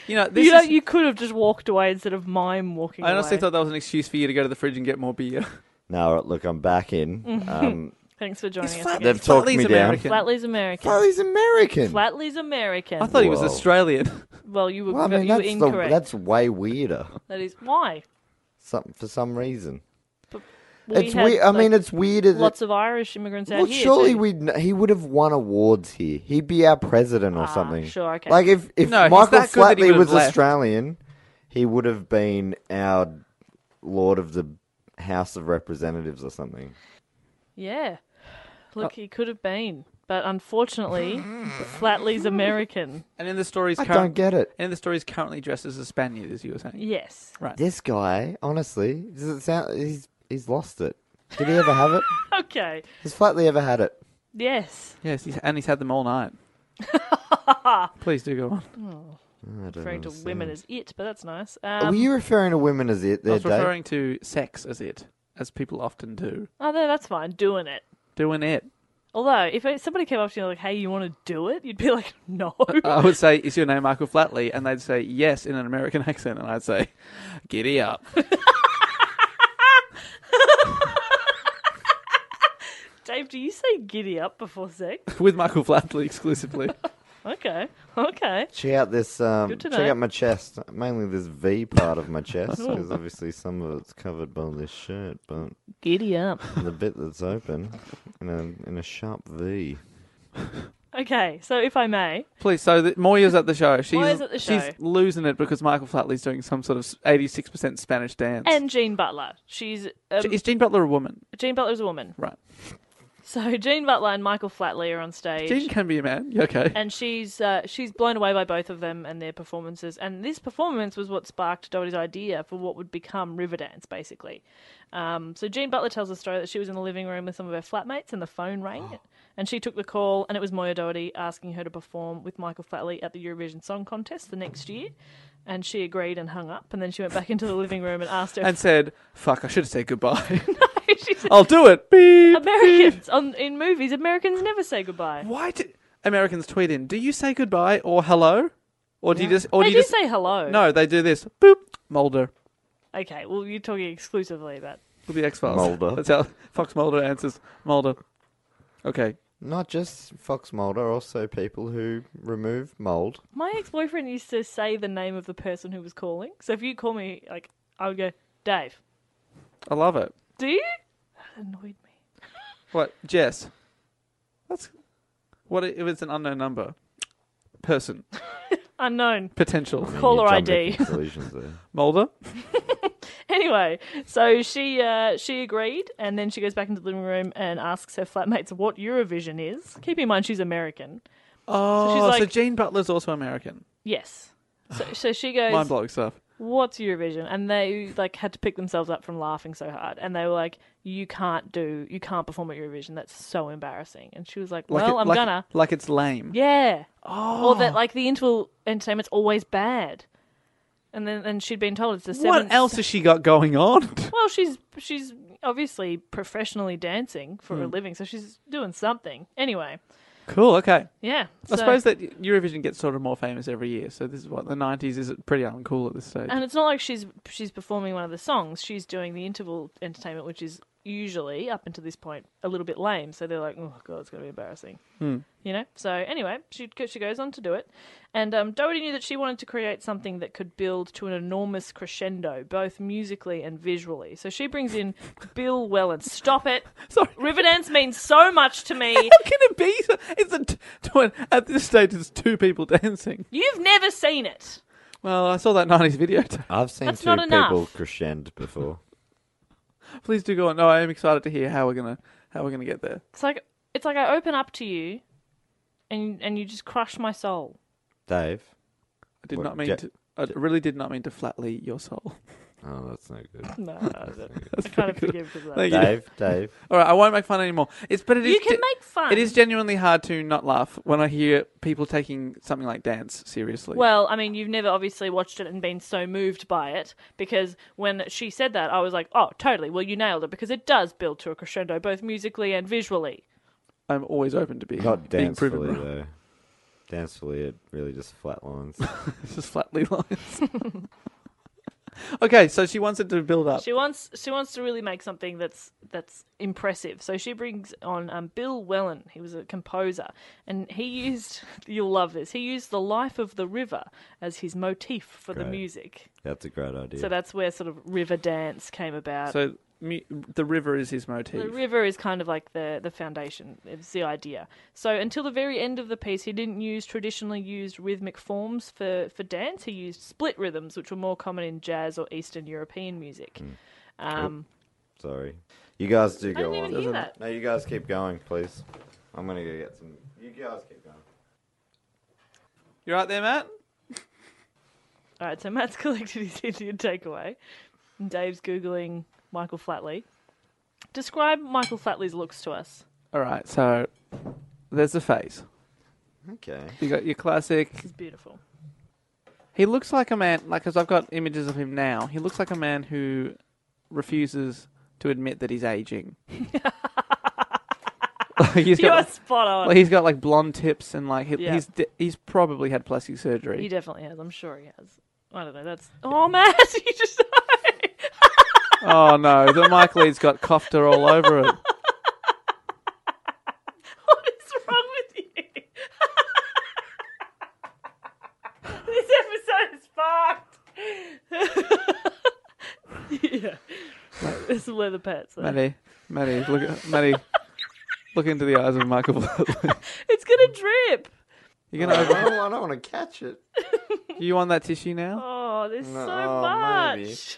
S1: You know, this
S2: you, know,
S1: is-
S2: you could have just walked away instead of mime walking
S1: I honestly
S2: away.
S1: thought that was an excuse for you to go to the fridge and get more beer.
S3: No, all right, look, I'm back
S2: Mm-hmm.
S3: in. Um,
S2: Thanks for joining us.
S1: Flat-
S2: again.
S3: They've talked
S1: Flatley's
S3: me down.
S1: American.
S2: Flatley's American.
S3: Flatley's American.
S2: Flatley's American.
S1: I thought he was
S3: Whoa.
S1: Australian.
S2: well, you were,
S3: Well, I mean,
S2: you were
S3: that's, the,
S2: incorrect.
S3: that's way weirder
S2: That is why.
S3: some, for some reason.
S2: We
S3: it's
S2: had,
S3: weird. I
S2: like,
S3: mean, it's weird. As
S2: Lots of Irish immigrants out
S3: well,
S2: here.
S3: surely
S2: too.
S3: we he would have won awards here. He'd be our president or
S2: Ah,
S3: something.
S2: sure, okay.
S3: Like if if
S1: No, he's
S3: Michael
S1: that good that he
S3: Flatley
S1: would've
S3: was
S1: left.
S3: Australian, he would have been our Lord of the House of Representatives or something.
S2: Yeah. Look, he could have been, but unfortunately, Flatley's American.
S1: And in the stories,
S3: I don't get it.
S1: And in the stories, currently dressed as a Spaniard, as you were saying.
S2: Yes.
S3: This guy, honestly, does it sound? He's he's lost it. Did he ever have it?
S2: Okay.
S3: Has Flatley ever had it?
S2: Yes.
S1: Yes, he's, and he's had them all night. Please do go on.
S3: I don't
S2: Referring to
S3: understand.
S2: women as it, but that's nice.
S3: Were
S2: Um,
S3: you referring to women as it?
S1: I
S3: There,
S1: was
S3: Dave?
S1: referring to sex as it, as people often do.
S2: Oh, no, that's fine. Doing it.
S1: Doing it.
S2: Although, if somebody came up to you like, hey, you want to do it? You'd be like, no.
S1: I would say, "Is your name Michael Flatley?" And they'd say, "Yes," in an American accent, and I'd say, "Giddy up."
S2: Dave, do you say giddy up before sex?
S1: with Michael Flatley exclusively.
S2: Okay. Okay.
S3: Check out this. Um,
S2: Good to
S3: check
S2: know. Oh.
S3: out my chest, mainly this V part of my chest, because obviously some of it's covered by this shirt, but
S2: Giddy up.
S3: the bit that's open in a in a sharp V.
S2: Okay, so if I may,
S1: Please, so that Moya's at the show. She's
S2: Moya's at the show.
S1: she's losing it because Michael Flatley's doing some sort of eighty-six percent Spanish dance.
S2: and Jean Butler. She's. Um,
S1: is Jean Butler a woman?
S2: Jean Butler's a woman.
S1: Right.
S2: So Jean Butler and Michael Flatley are on stage.
S1: Jean can be a man. You okay.
S2: and she's uh, she's blown away by both of them and their performances. And this performance was what sparked Doty's idea for what would become Riverdance, basically. Um, so Jean Butler tells the story that she was in the living room with some of her flatmates, and the phone rang, and she took the call, and it was Moya Doherty asking her to perform with Michael Flatley at the Eurovision Song Contest the next year. And she agreed and hung up, and then she went back into the living room and asked her.
S1: and said, "Fuck, I should have said goodbye."
S2: she said,
S1: I'll do it. Beep.
S2: Americans on, in movies, Americans never say goodbye.
S1: Why do Americans tweet in? Do you say goodbye or hello, or do you just or
S2: they
S1: do
S2: do
S1: you just
S2: say hello.
S1: no? They do this. Boop. Mulder.
S2: Okay, well, you're talking exclusively about
S1: It'll be X Files.
S3: Mulder.
S1: That's how Fox Mulder answers. Mulder. Okay.
S3: Not just Fox Mulder, also people who remove mold.
S2: My ex-boyfriend used to say the name of the person who was calling. So if you call me, like, I would go, Dave.
S1: I love it.
S2: Do you? That annoyed me.
S1: What? Jess. That's what i- if it's an unknown number? Person.
S2: Unknown.
S1: Potential.
S2: Caller
S3: You're jumping
S2: ID.
S3: to conclusions there.
S1: Mulder.
S2: Anyway, so she uh, she agreed, and then she goes back into the living room and asks her flatmates what Eurovision is. Keep in mind she's American.
S1: Oh, so,
S2: she's like-
S1: Jane Butler's also American.
S2: Yes. So, so she
S1: Mind
S2: goes,
S1: blowing stuff.
S2: "What's Eurovision?" And they like had to pick themselves up from laughing so hard, and they were like, "You can't do, you can't perform at Eurovision. That's so embarrassing." And she was like,
S1: Like
S2: "Well,
S1: it-
S2: I'm
S1: like-
S2: gonna."
S1: Like it's lame.
S2: Yeah. Oh. Or that like the interval entertainment's always bad. And then and she'd been told it's the seventh.
S1: What else has she got going on?
S2: Well, she's she's obviously professionally dancing for
S1: Hmm.
S2: a living, so she's doing something. Anyway,
S1: cool. Okay.
S2: yeah.
S1: I suppose that Eurovision gets sort of more famous every year. So this is what the '90s is pretty uncool at this stage.
S2: And it's not like she's she's performing one of the songs. She's doing the interval entertainment, which is usually up until this point a little bit lame. So they're like, oh god, it's gonna be embarrassing, you know. So anyway, she she goes on to do it, and um, Doherty knew that she wanted to create something that could build to an enormous crescendo, both musically and visually. So she brings in Bill Welland. Stop it.
S1: Sorry.
S2: Riverdance means so much to me.
S1: How can it be? so- It's a t- tw- at this stage, it's two people dancing.
S2: You've never seen it.
S1: Well, I saw that '90s videotape.
S3: I've seen
S2: That's
S3: two
S2: not enough.
S3: people crescendo before.
S1: Please do go on. No, I am excited to hear how we're gonna how we're gonna get there.
S2: It's like it's like I open up to you, and and you just crush my soul.
S3: Dave.
S1: I did
S3: What,
S1: not mean
S3: Ja-
S1: to. I really did not mean to flatly your soul.
S3: Oh, that's no good.
S2: No, I don't- I kind of forgive for that.
S1: Thank you.
S3: Dave, Dave.
S1: All right, I won't make fun anymore. It's but it is
S2: You can
S1: ge-
S2: make fun.
S1: It is genuinely hard to not laugh when I hear people taking something like dance seriously.
S2: Well, I mean, you've never obviously watched it and been so moved by it because when she said that, I was like, oh, totally. Well, you nailed it because it does build to a crescendo, both musically and visually.
S1: I'm always open to being
S3: Not
S1: being proven
S3: dancefully
S1: wrong.
S3: though. Dancefully, it really just flatlines.
S1: It's just flatly lines. okay, so she wants it to build up.
S2: She wants she wants to really make something that's that's impressive. So she brings on um, Bill Wellen. He was a composer, and he used you'll love this. He used the life of the river as his motif for the
S3: Great.
S2: music.
S3: that's a great idea.
S2: So that's where sort of river dance came about.
S1: So mu- the river is his motif.
S2: The river is kind of like the, the foundation, it's the idea. So until the very end of the piece, he didn't use traditionally used rhythmic forms for, for dance. He used split rhythms, which were more common in jazz or Eastern European music.
S1: Hmm.
S2: Um,
S3: Sorry. You guys do
S2: I
S3: go
S2: didn't even
S3: on.
S2: hear that.
S3: No, you guys keep going, please. I'm gonna go get some. You guys keep going.
S1: You right there, Matt?
S2: All right, so Matt's collected his Indian takeaway. And Dave's Googling Michael Flatley. Describe Michael Flatley's looks to us.
S1: All right, so there's the face.
S3: Okay.
S1: You got your classic.
S2: It's beautiful.
S1: He looks like a man, like, because I've got images of him now. He looks like a man who refuses to admit that he's aging. like he's
S2: You are
S1: got,
S2: spot on.
S1: like, he's got like blonde tips and like he,
S2: Yeah.
S1: he's de- he's probably had plastic surgery.
S2: He definitely has. I'm sure he has. I don't know. That's oh, Matt, you just
S1: Oh no, the mic lead's got cofter all over it.
S2: what is wrong with you? this episode is fucked. yeah, there's some leather pants. There.
S1: Maddie, Maddie, look, at- Maddie, look into the eyes of Michael. Bublé.
S2: It's gonna drip.
S1: You're gonna over.
S3: I don't, want to catch it.
S1: You want that tissue now?
S2: Oh, there's so
S3: No,
S5: Oh,
S3: maybe.
S2: much.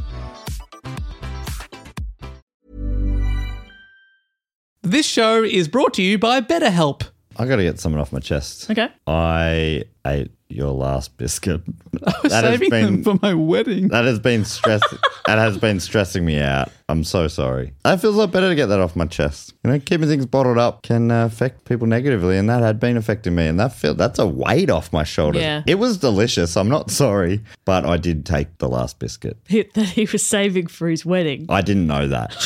S6: This show is brought to you by BetterHelp.
S7: I got to get something off my chest.
S6: Okay.
S7: I ate your last biscuit.
S6: I was
S7: That has
S6: saving
S7: been-
S6: them for my wedding.
S7: That has been stress. that has been stressing me out. I'm so sorry. That feels a lot better to get that off my chest. You know, keeping things bottled up can uh, affect people negatively, and that had been affecting me. And that feel that's a weight off my shoulders.
S5: Yeah.
S7: It was delicious. I'm not sorry, but I did take the last biscuit.
S5: Hit that he was saving for his wedding.
S7: I didn't know that.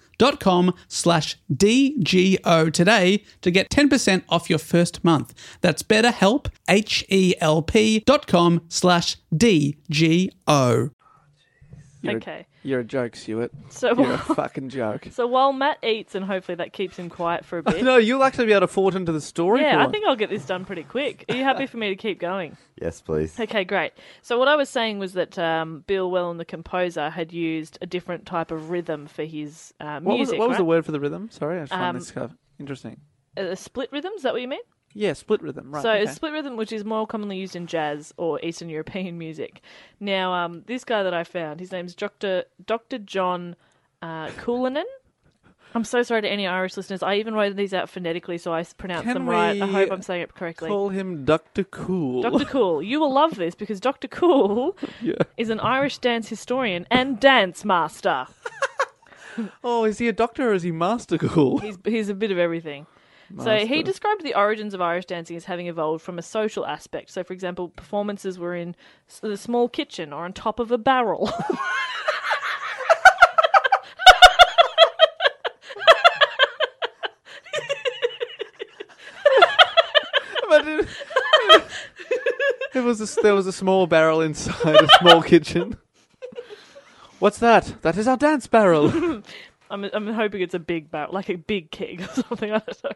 S6: slash DGO today to get 10% off your first month. That's betterhelp, H-E-L-P dot com slash D-G-O.
S1: You're A,
S2: Okay.
S1: you're a joke, Stuart.
S2: So
S1: You're a
S2: while,
S1: fucking joke.
S2: so while Matt eats, and hopefully that keeps him quiet for a bit.
S1: No, you'll actually be able to fort into the story.
S2: yeah,
S1: for
S2: I think I'll get this done pretty quick. Are you happy for me to keep going?
S3: Yes, please.
S2: Okay, great. So what I was saying was that um, Bill Wellen, the composer, had used a different type of rhythm for his uh, music.
S1: What was, what was the
S2: right?
S1: word for the rhythm? Sorry, I just find
S2: Um,
S1: this kind of interesting.
S2: A split rhythm? Is that what you mean?
S1: Yeah, split rhythm, right?
S2: so
S1: okay.
S2: a split rhythm, which is more commonly used in jazz or Eastern European music. Now, um, this guy that I found, his name's Doctor Doctor John uh, Coolinen. I'm so sorry to any Irish listeners. I even wrote these out phonetically, so I s- pronounced
S1: Can
S2: them right. I
S1: we
S2: hope I'm saying it correctly.
S1: Call him Doctor Cool.
S2: Dr. Cool. You will love this because Dr. Cool is an Irish dance historian and dance master.
S1: Oh, is he a doctor or is he Master Cool?
S2: He's, he's a bit of everything. So he described the origins of Irish dancing as having evolved from a social aspect. So, for example, performances were in s- the small kitchen or on top of a barrel.
S1: But it, it was a s there was a small barrel inside a small kitchen. What's that? That is our dance barrel.
S2: I'm, I'm hoping it's a big barrel, like a big keg or something. I don't know.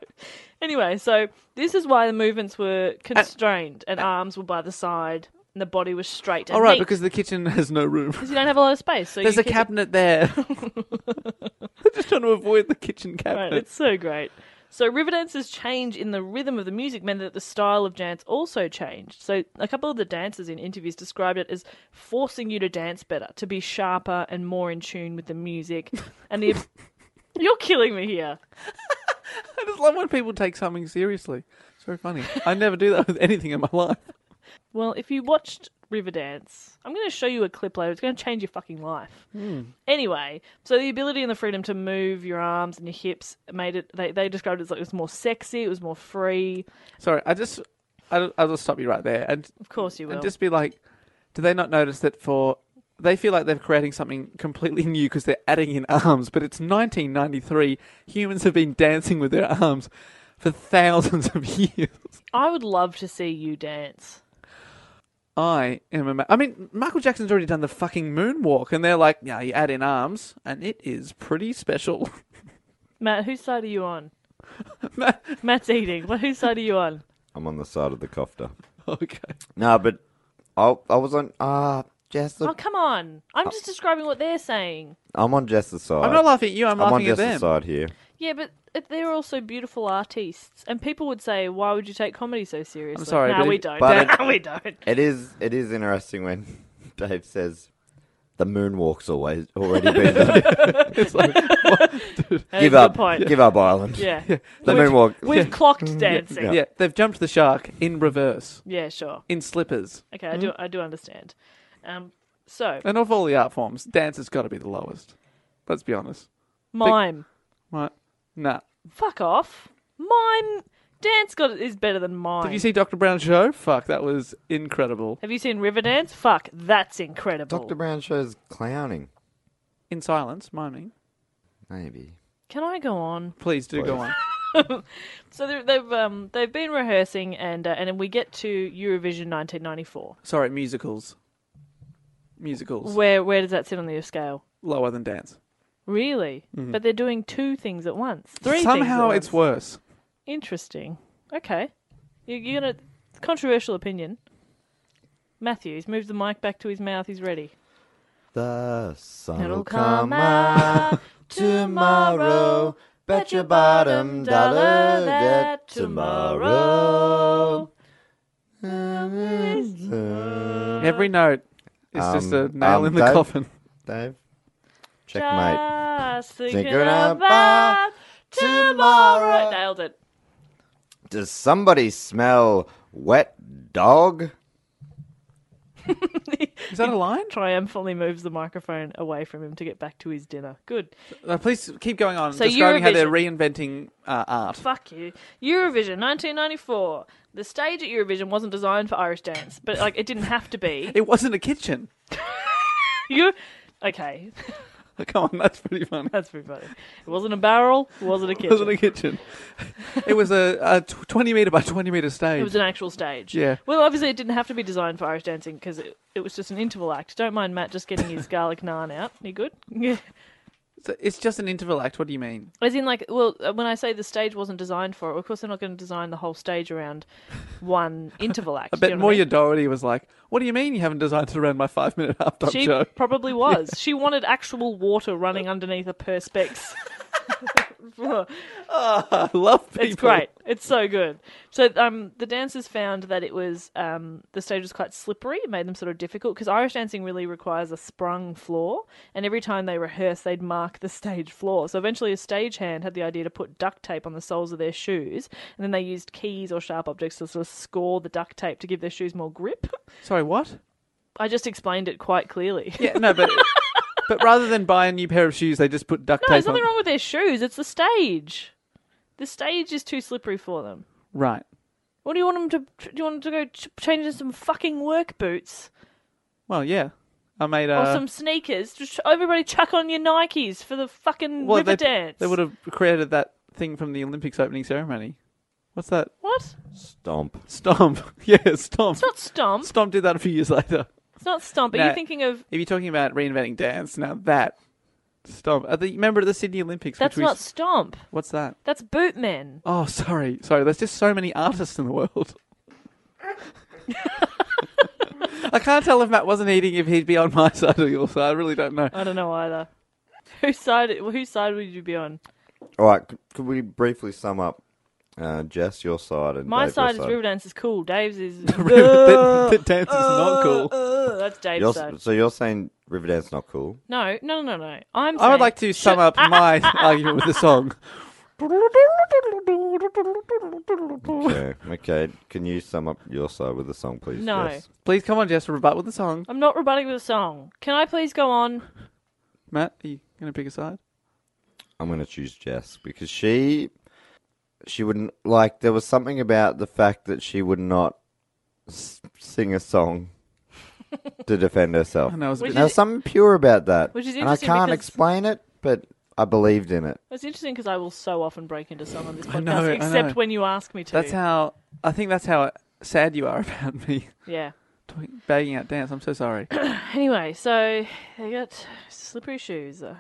S2: Anyway, so this is why the movements were constrained and, arms were by the side and the body was straight. And
S1: Uh, All right,
S2: neat.
S1: because the kitchen has no room.
S2: 'Cause you don't have a lot of space. So
S1: There's
S2: you
S1: a
S2: keep it-
S1: cabinet there. Just trying to avoid the kitchen
S2: Right,
S1: cabinet.
S2: it's so great. So Riverdance's change in the rhythm of the music meant that the style of dance also changed. So a couple of the dancers in interviews described it as forcing you to dance better, to be sharper and more in tune with the music. And the You're killing me here.
S1: I just love when people take something seriously. It's very funny. I never do that with anything in my life.
S2: Well, if you watched Riverdance, I'm going to show you a clip later. It's going to change your fucking life. Anyway, so the ability and the freedom to move your arms and your hips made it. They, they described it as like it was more sexy. It was more free.
S1: Sorry, I just, I, I'll just stop you right there, and
S2: Of course, you will.
S1: and just be like, do they not notice that for they feel like they're creating something completely new because they're adding in arms, but it's 1993. Humans have been dancing with their arms for thousands of years.
S2: I would love to see you dance.
S1: I am. Ama- I mean, Michael Jackson's already done the fucking moonwalk, and they're like, yeah, you add in arms, and it is pretty special.
S2: Matt, whose side are you on?
S1: Matt-
S2: Matt's eating. Well, whose side are you on?
S3: I'm on the side of the cofter.
S1: okay.
S3: No, but I I was on ah Jess.
S2: Oh,
S3: Look,
S2: come on. I'm just describing what they're saying.
S3: I'm on Jess's side.
S1: I'm not laughing at you. I'm,
S3: I'm on
S1: laughing at them.
S3: Jess's side here.
S2: Yeah, but it- they're also beautiful artists. And people would say, why would you take comedy so seriously?
S1: sorry,
S2: No,
S1: but
S2: we
S1: it-
S2: don't.
S3: but
S2: No, we don't.
S3: It is it is interesting when Dave says the moonwalk's always already been done.
S2: That's
S3: give
S2: a good
S3: up,
S2: point.
S3: give up, Ireland.
S2: Yeah.
S3: The
S2: We've-
S3: moonwalk.
S2: We've clocked dancing. Yeah,
S3: Yeah.
S1: Yeah, they've jumped the shark in reverse,
S2: sure.
S1: in slippers.
S2: Okay, I do I do understand. Um, so,
S1: And of all the art forms, dance has got to be the lowest. Let's be honest.
S2: mime.
S1: Right? Nah.
S2: Fuck off. Mime. Dance got is better than mime.
S1: Did you see Dr. Brown's show? Fuck, that was incredible.
S2: Have you seen Riverdance? Fuck, that's incredible.
S3: Doctor Brown shows clowning.
S1: In silence, miming.
S3: Maybe.
S2: Can I go on?
S1: Please do go on.
S2: So they're- they've um, they've been rehearsing, and uh, and then we get to Eurovision 1994.
S1: Sorry, musicals. Musicals.
S2: Where where does that sit on the scale?
S1: Lower than dance.
S2: Really? But they're doing two things at once. Three.
S1: Somehow
S2: things at
S1: it's
S2: once.
S1: worse.
S2: Interesting. Okay. You, you're gonna controversial opinion. Matthews moves the mic back to his mouth. He's ready.
S3: The sun
S2: It'll
S3: will
S2: come
S3: come
S2: out
S3: out tomorrow. Bet your bottom dollar that tomorrow.
S1: Every note is just a
S3: Um,
S1: nail
S3: um,
S1: in the
S3: Dave?
S1: coffin.
S3: Dave, checkmate.
S2: Just thinking,
S3: Thinking
S2: about,
S3: about
S2: tomorrow.
S3: tomorrow.
S2: Nailed it.
S3: Does somebody smell wet dog?
S1: Is that a line?
S2: Triumphantly moves the microphone away from him to get back to his dinner. Good.
S1: Uh, please keep going on.
S2: So
S1: describing how they're reinventing uh, art.
S2: Fuck you. Eurovision 1994. The stage at Eurovision wasn't designed for Irish dance, but like it didn't have to be.
S1: It wasn't a kitchen.
S2: You okay?
S1: Come on, that's pretty funny.
S2: That's pretty funny. It wasn't a barrel. It wasn't a
S1: It
S2: kitchen.
S1: wasn't a kitchen. it was a, a tw- 20 metre by 20 metre stage.
S2: It was an actual stage.
S1: Yeah.
S2: Well, obviously, it didn't have to be designed for Irish dancing because it, it was just an interval act. Don't mind Matt just getting his garlic naan out. You good? Yeah.
S1: So it's just an interval act. What do you mean?
S2: As in, like, well, uh, when I say the stage wasn't designed for it, of course, they're not going to design the whole stage around one interval act.
S1: I
S2: do
S1: bet
S2: you know what
S1: Moya
S2: I mean?
S1: Doherty was like, What do you mean you haven't designed it around my five minute halftime
S2: She
S1: show?
S2: probably was. She wanted actual water running underneath a perspex.
S1: I love people.
S2: It's great. It's so good. So um, the dancers found that it was um, the stage was quite slippery, it made them sort of difficult because Irish dancing really requires a sprung floor, and every time they rehearse, they'd mark the stage floor. So eventually, a stagehand had the idea to put duct tape on the soles of their shoes, and then they used keys or sharp objects to sort of score the duct tape to give their shoes more grip.
S1: Sorry, what?
S2: I just explained it quite clearly.
S1: Yeah, no, but but rather than buy a new pair of shoes, they just put duct
S2: no, there's
S1: tape on.
S2: nothing wrong with their shoes. It's the stage. The stage is too slippery for them.
S1: Right.
S2: What do you want them to? Do you want them to go ch- change into some fucking work boots
S1: Well, yeah. I made
S2: or
S1: uh,
S2: some sneakers? Just everybody chuck on your Nikes for the fucking
S1: well,
S2: river
S1: they,
S2: dance.
S1: They would have created that thing from the Olympics opening ceremony. What's that?
S2: What? It's
S3: Stomp.
S1: Stomp. yeah, stomp.
S2: not stomp.
S1: Stomp did that a few years later.
S2: It's not stomp. Are
S1: No.
S2: you thinking of?
S1: If you're talking about reinventing dance, now that stomp. Are the, remember the Sydney Olympics?
S2: That's
S1: which
S2: not
S1: We, s-
S2: stomp.
S1: what's that?
S2: That's bootmen.
S1: Oh, sorry, sorry. There's just so many artists in the world. I can't tell if Matt wasn't eating if he'd be on my side or your side. I really don't know.
S2: I don't know either. Whose side? Whose side would you be on?
S3: All right, could, could we briefly sum up, uh, Jess, your side and
S2: My
S3: Dave,
S2: side is
S3: your
S2: Riverdance is cool. Dave's is
S1: that, that dance is not cool.
S2: Ugh, that's Dave's
S3: Your
S2: side.
S3: s- so you're saying Riverdance not cool?
S2: No, no, no, no. I'm.
S1: I
S2: saying-
S1: would like to sum
S2: Shut-
S1: up my argument with the song.
S3: Okay, okay. Can you sum up your side with a song, please?
S2: No.
S3: Yes.
S1: Please come on, Jess, rebut with the song.
S2: I'm not rebutting with a song. Can I please go on?
S1: Matt, are you going to pick a side?
S3: I'm going to choose Jess because she she wouldn't like there was something about the fact that she would not s- sing a song to defend herself.
S1: I know it was a
S2: Which
S1: bit.
S3: There was something pure about that.
S2: Which is
S3: and I
S2: interesting
S3: can't
S2: because-
S3: explain it, but I believed in it.
S2: It's interesting because I will so often break into song on this
S1: I
S2: podcast,
S1: know, I know.
S2: except when you ask me to.
S1: That's how. I think that's how sad you are about me
S2: Yeah.
S1: talking- bagging out dance. I'm so sorry.
S2: Anyway, so they got slippery shoes. uh,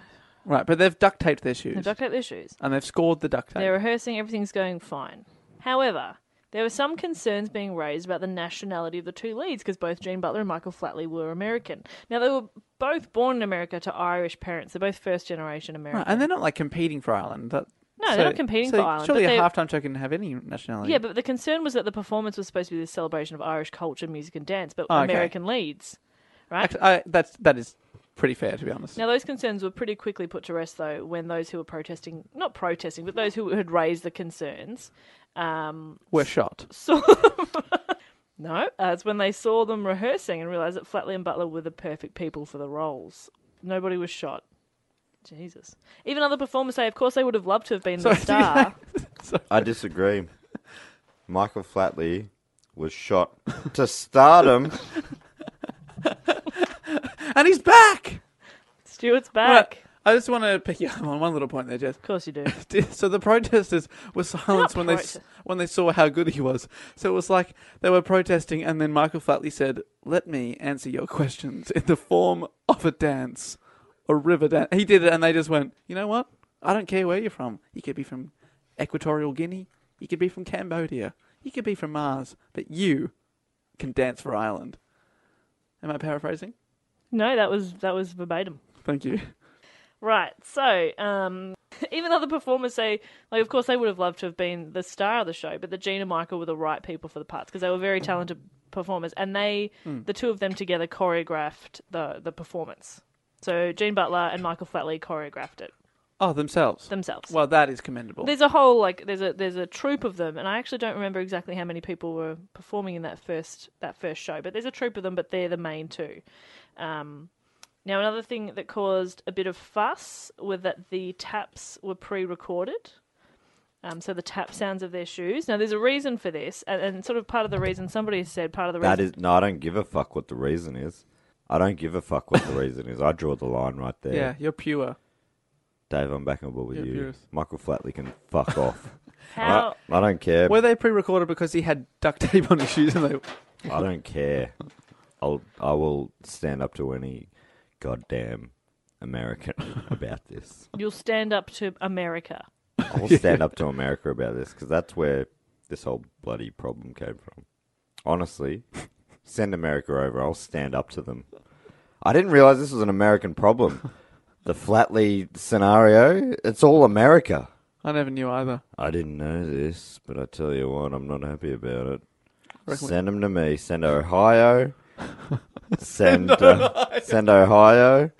S1: right, but they've duct taped their shoes.
S2: They duct tape their shoes.
S1: and they've scored the duct tape.
S2: They're rehearsing, everything's going fine. However, there were some concerns being raised about the nationality of the two leads because both Gene Butler and Michael Flatley were American. Now, they were both born in America to Irish parents. They're both first generation American.
S1: Right, and they're not like competing for Ireland. That,
S2: No, they're not competing
S1: so
S2: for Ireland,
S1: Surely
S2: but
S1: a
S2: they-
S1: halftime show can have any nationality.
S2: yeah, but the concern was that the performance was supposed to be this celebration of Irish culture, music, and dance, but
S1: Oh, okay.
S2: American leads, right?
S1: Act- I, that's that is pretty fair to be honest.
S2: Now, those concerns were pretty quickly put to rest, though, when those who were protesting, not protesting, but those who had raised the concerns, um,
S1: We're shot.
S2: saw no, uh, it's when they saw them rehearsing and realised that Flatley and Butler were the perfect people for the roles. Nobody was shot. Jesus. Even other performers say, of course, they would have loved to have been
S1: Sorry,
S2: the star.
S3: I disagree. Michael Flatley was shot to stardom.
S1: And he's back.
S2: Stuart's
S1: Right,
S2: back.
S1: I just want to pick you up on one little point there, Jess.
S2: Of course you do.
S1: So the protesters were silenced when they s-
S2: protest-
S1: when they saw how good he was. So it was like they were protesting, and then Michael Flatley said, "Let me answer your questions in the form of a dance, a river dance." He did it, and they just went, "You know what? I don't care where you're from. You could be from Equatorial Guinea, you could be from Cambodia, you could be from Mars, but you can dance for Ireland." Am I paraphrasing?
S2: No, that was that was verbatim.
S1: Thank you.
S2: Right. So, um, even other performers say, like, of course, they would have loved to have been the star of the show, but that Gene and Michael were the right people for the parts because they were very talented performers, and they, the two of them together, choreographed the the performance. So Gene Butler and Michael Flatley choreographed it
S1: Oh, themselves.
S2: themselves.
S1: Well, that is commendable.
S2: there's a whole like there's a there's a troupe of them, and I actually don't remember exactly how many people were performing in that first that first show, but there's a troupe of them, but they're the main two. Um, now another thing that caused a bit of fuss were that the taps were pre-recorded. Um, so the tap sounds of their shoes. Now there's a reason for this, and, and sort of part of the reason somebody has said part of the reason
S3: That is no, I don't give a fuck what the reason is. I don't give a fuck what the reason is. I draw the line right there.
S1: yeah, you're pure.
S3: Dave, I'm back on board with
S1: Yeah,
S3: you.
S1: purist.
S3: Michael Flatley can fuck off.
S2: how
S3: I, I don't care.
S1: Were they pre-recorded because he had duct tape on his shoes and they
S3: I don't care. I'll I will stand up to any goddamn American about this.
S2: you'll stand up to America.
S3: I will stand up to America about this because that's where this whole bloody problem came from. Honestly, send America over. I'll stand up to them. I didn't realize this was an American problem. The Flatley scenario, it's all America.
S1: I never knew either.
S3: I didn't know this, but I tell you what, I'm not happy about it.
S1: Reckon we-
S3: Send them to me. Send Ohio. send uh, send Ohio.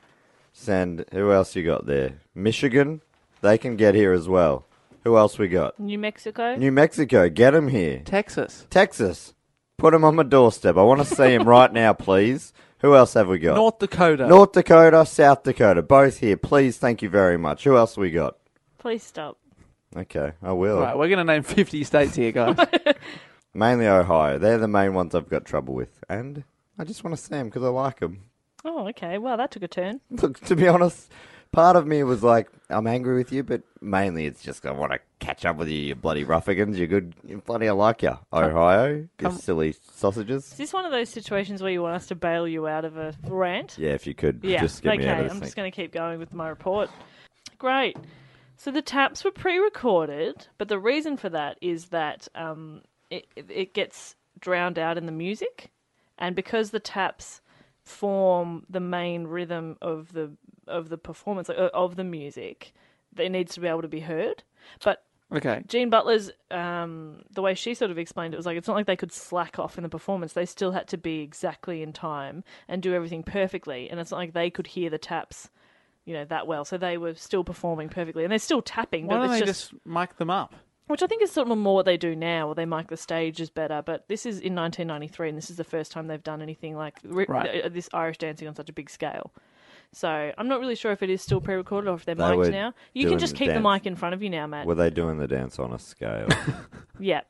S3: Send who else you got there? Michigan. They can get here as well. Who else we got?
S2: New Mexico.
S3: New Mexico. Get them here.
S1: Texas,
S3: Texas. Put them on my doorstep. I want to see them right now, please. Who else have we got?
S1: North Dakota.
S3: North Dakota, South Dakota. Both here, please. Thank you very much. Who else we got?
S2: Please stop.
S3: Okay, I will.
S1: Right, we're going to name 50 states here, guys.
S3: Mainly Ohio. They're the main ones I've got trouble with, and I just want to see them because I like them.
S2: Oh, okay. Wow, that took a turn.
S3: Look, to be honest, part of me was like, I'm angry with you, but mainly it's just I want to catch up with you, you bloody ruffians. You're good. You bloody, I like you. Ohio, you silly sausages.
S2: Is this one of those situations where you want us to bail you out of a rant?
S3: Yeah, if you could
S2: Yeah.
S3: just get
S2: okay,
S3: me out of
S2: I'm
S3: this
S2: just
S3: thing.
S2: going to keep going with my report. Great. So the taps were pre-recorded, but the reason for that is that um, it, it- it gets drowned out in the music, and because the taps form the main rhythm of the of the performance like, uh, of the music, it needs to be able to be heard. But
S1: okay.
S2: Jean Butler's um, the way she sort of explained it was like it's not like they could slack off in the performance. They still had to be exactly in time and do everything perfectly, and it's not like they could hear the taps you know, that well. So they were still performing perfectly and they're still tapping,
S1: Why
S2: but
S1: don't
S2: it's
S1: they
S2: just,
S1: just... mic them up?
S2: which I think is sort of more what they do now, where they mic the stages better. But this is in 1993, and this is the first time they've done anything like ri-
S1: Right.
S2: uh, this Irish dancing on such a big scale. So I'm not really sure if it is still pre-recorded or if they're
S3: They
S2: mic'd
S3: were
S2: now. You can
S3: doing
S2: just
S3: the
S2: keep the
S3: dance.
S2: mic in front of you now, Matt.
S3: Were they doing the dance on a scale?
S2: yeah.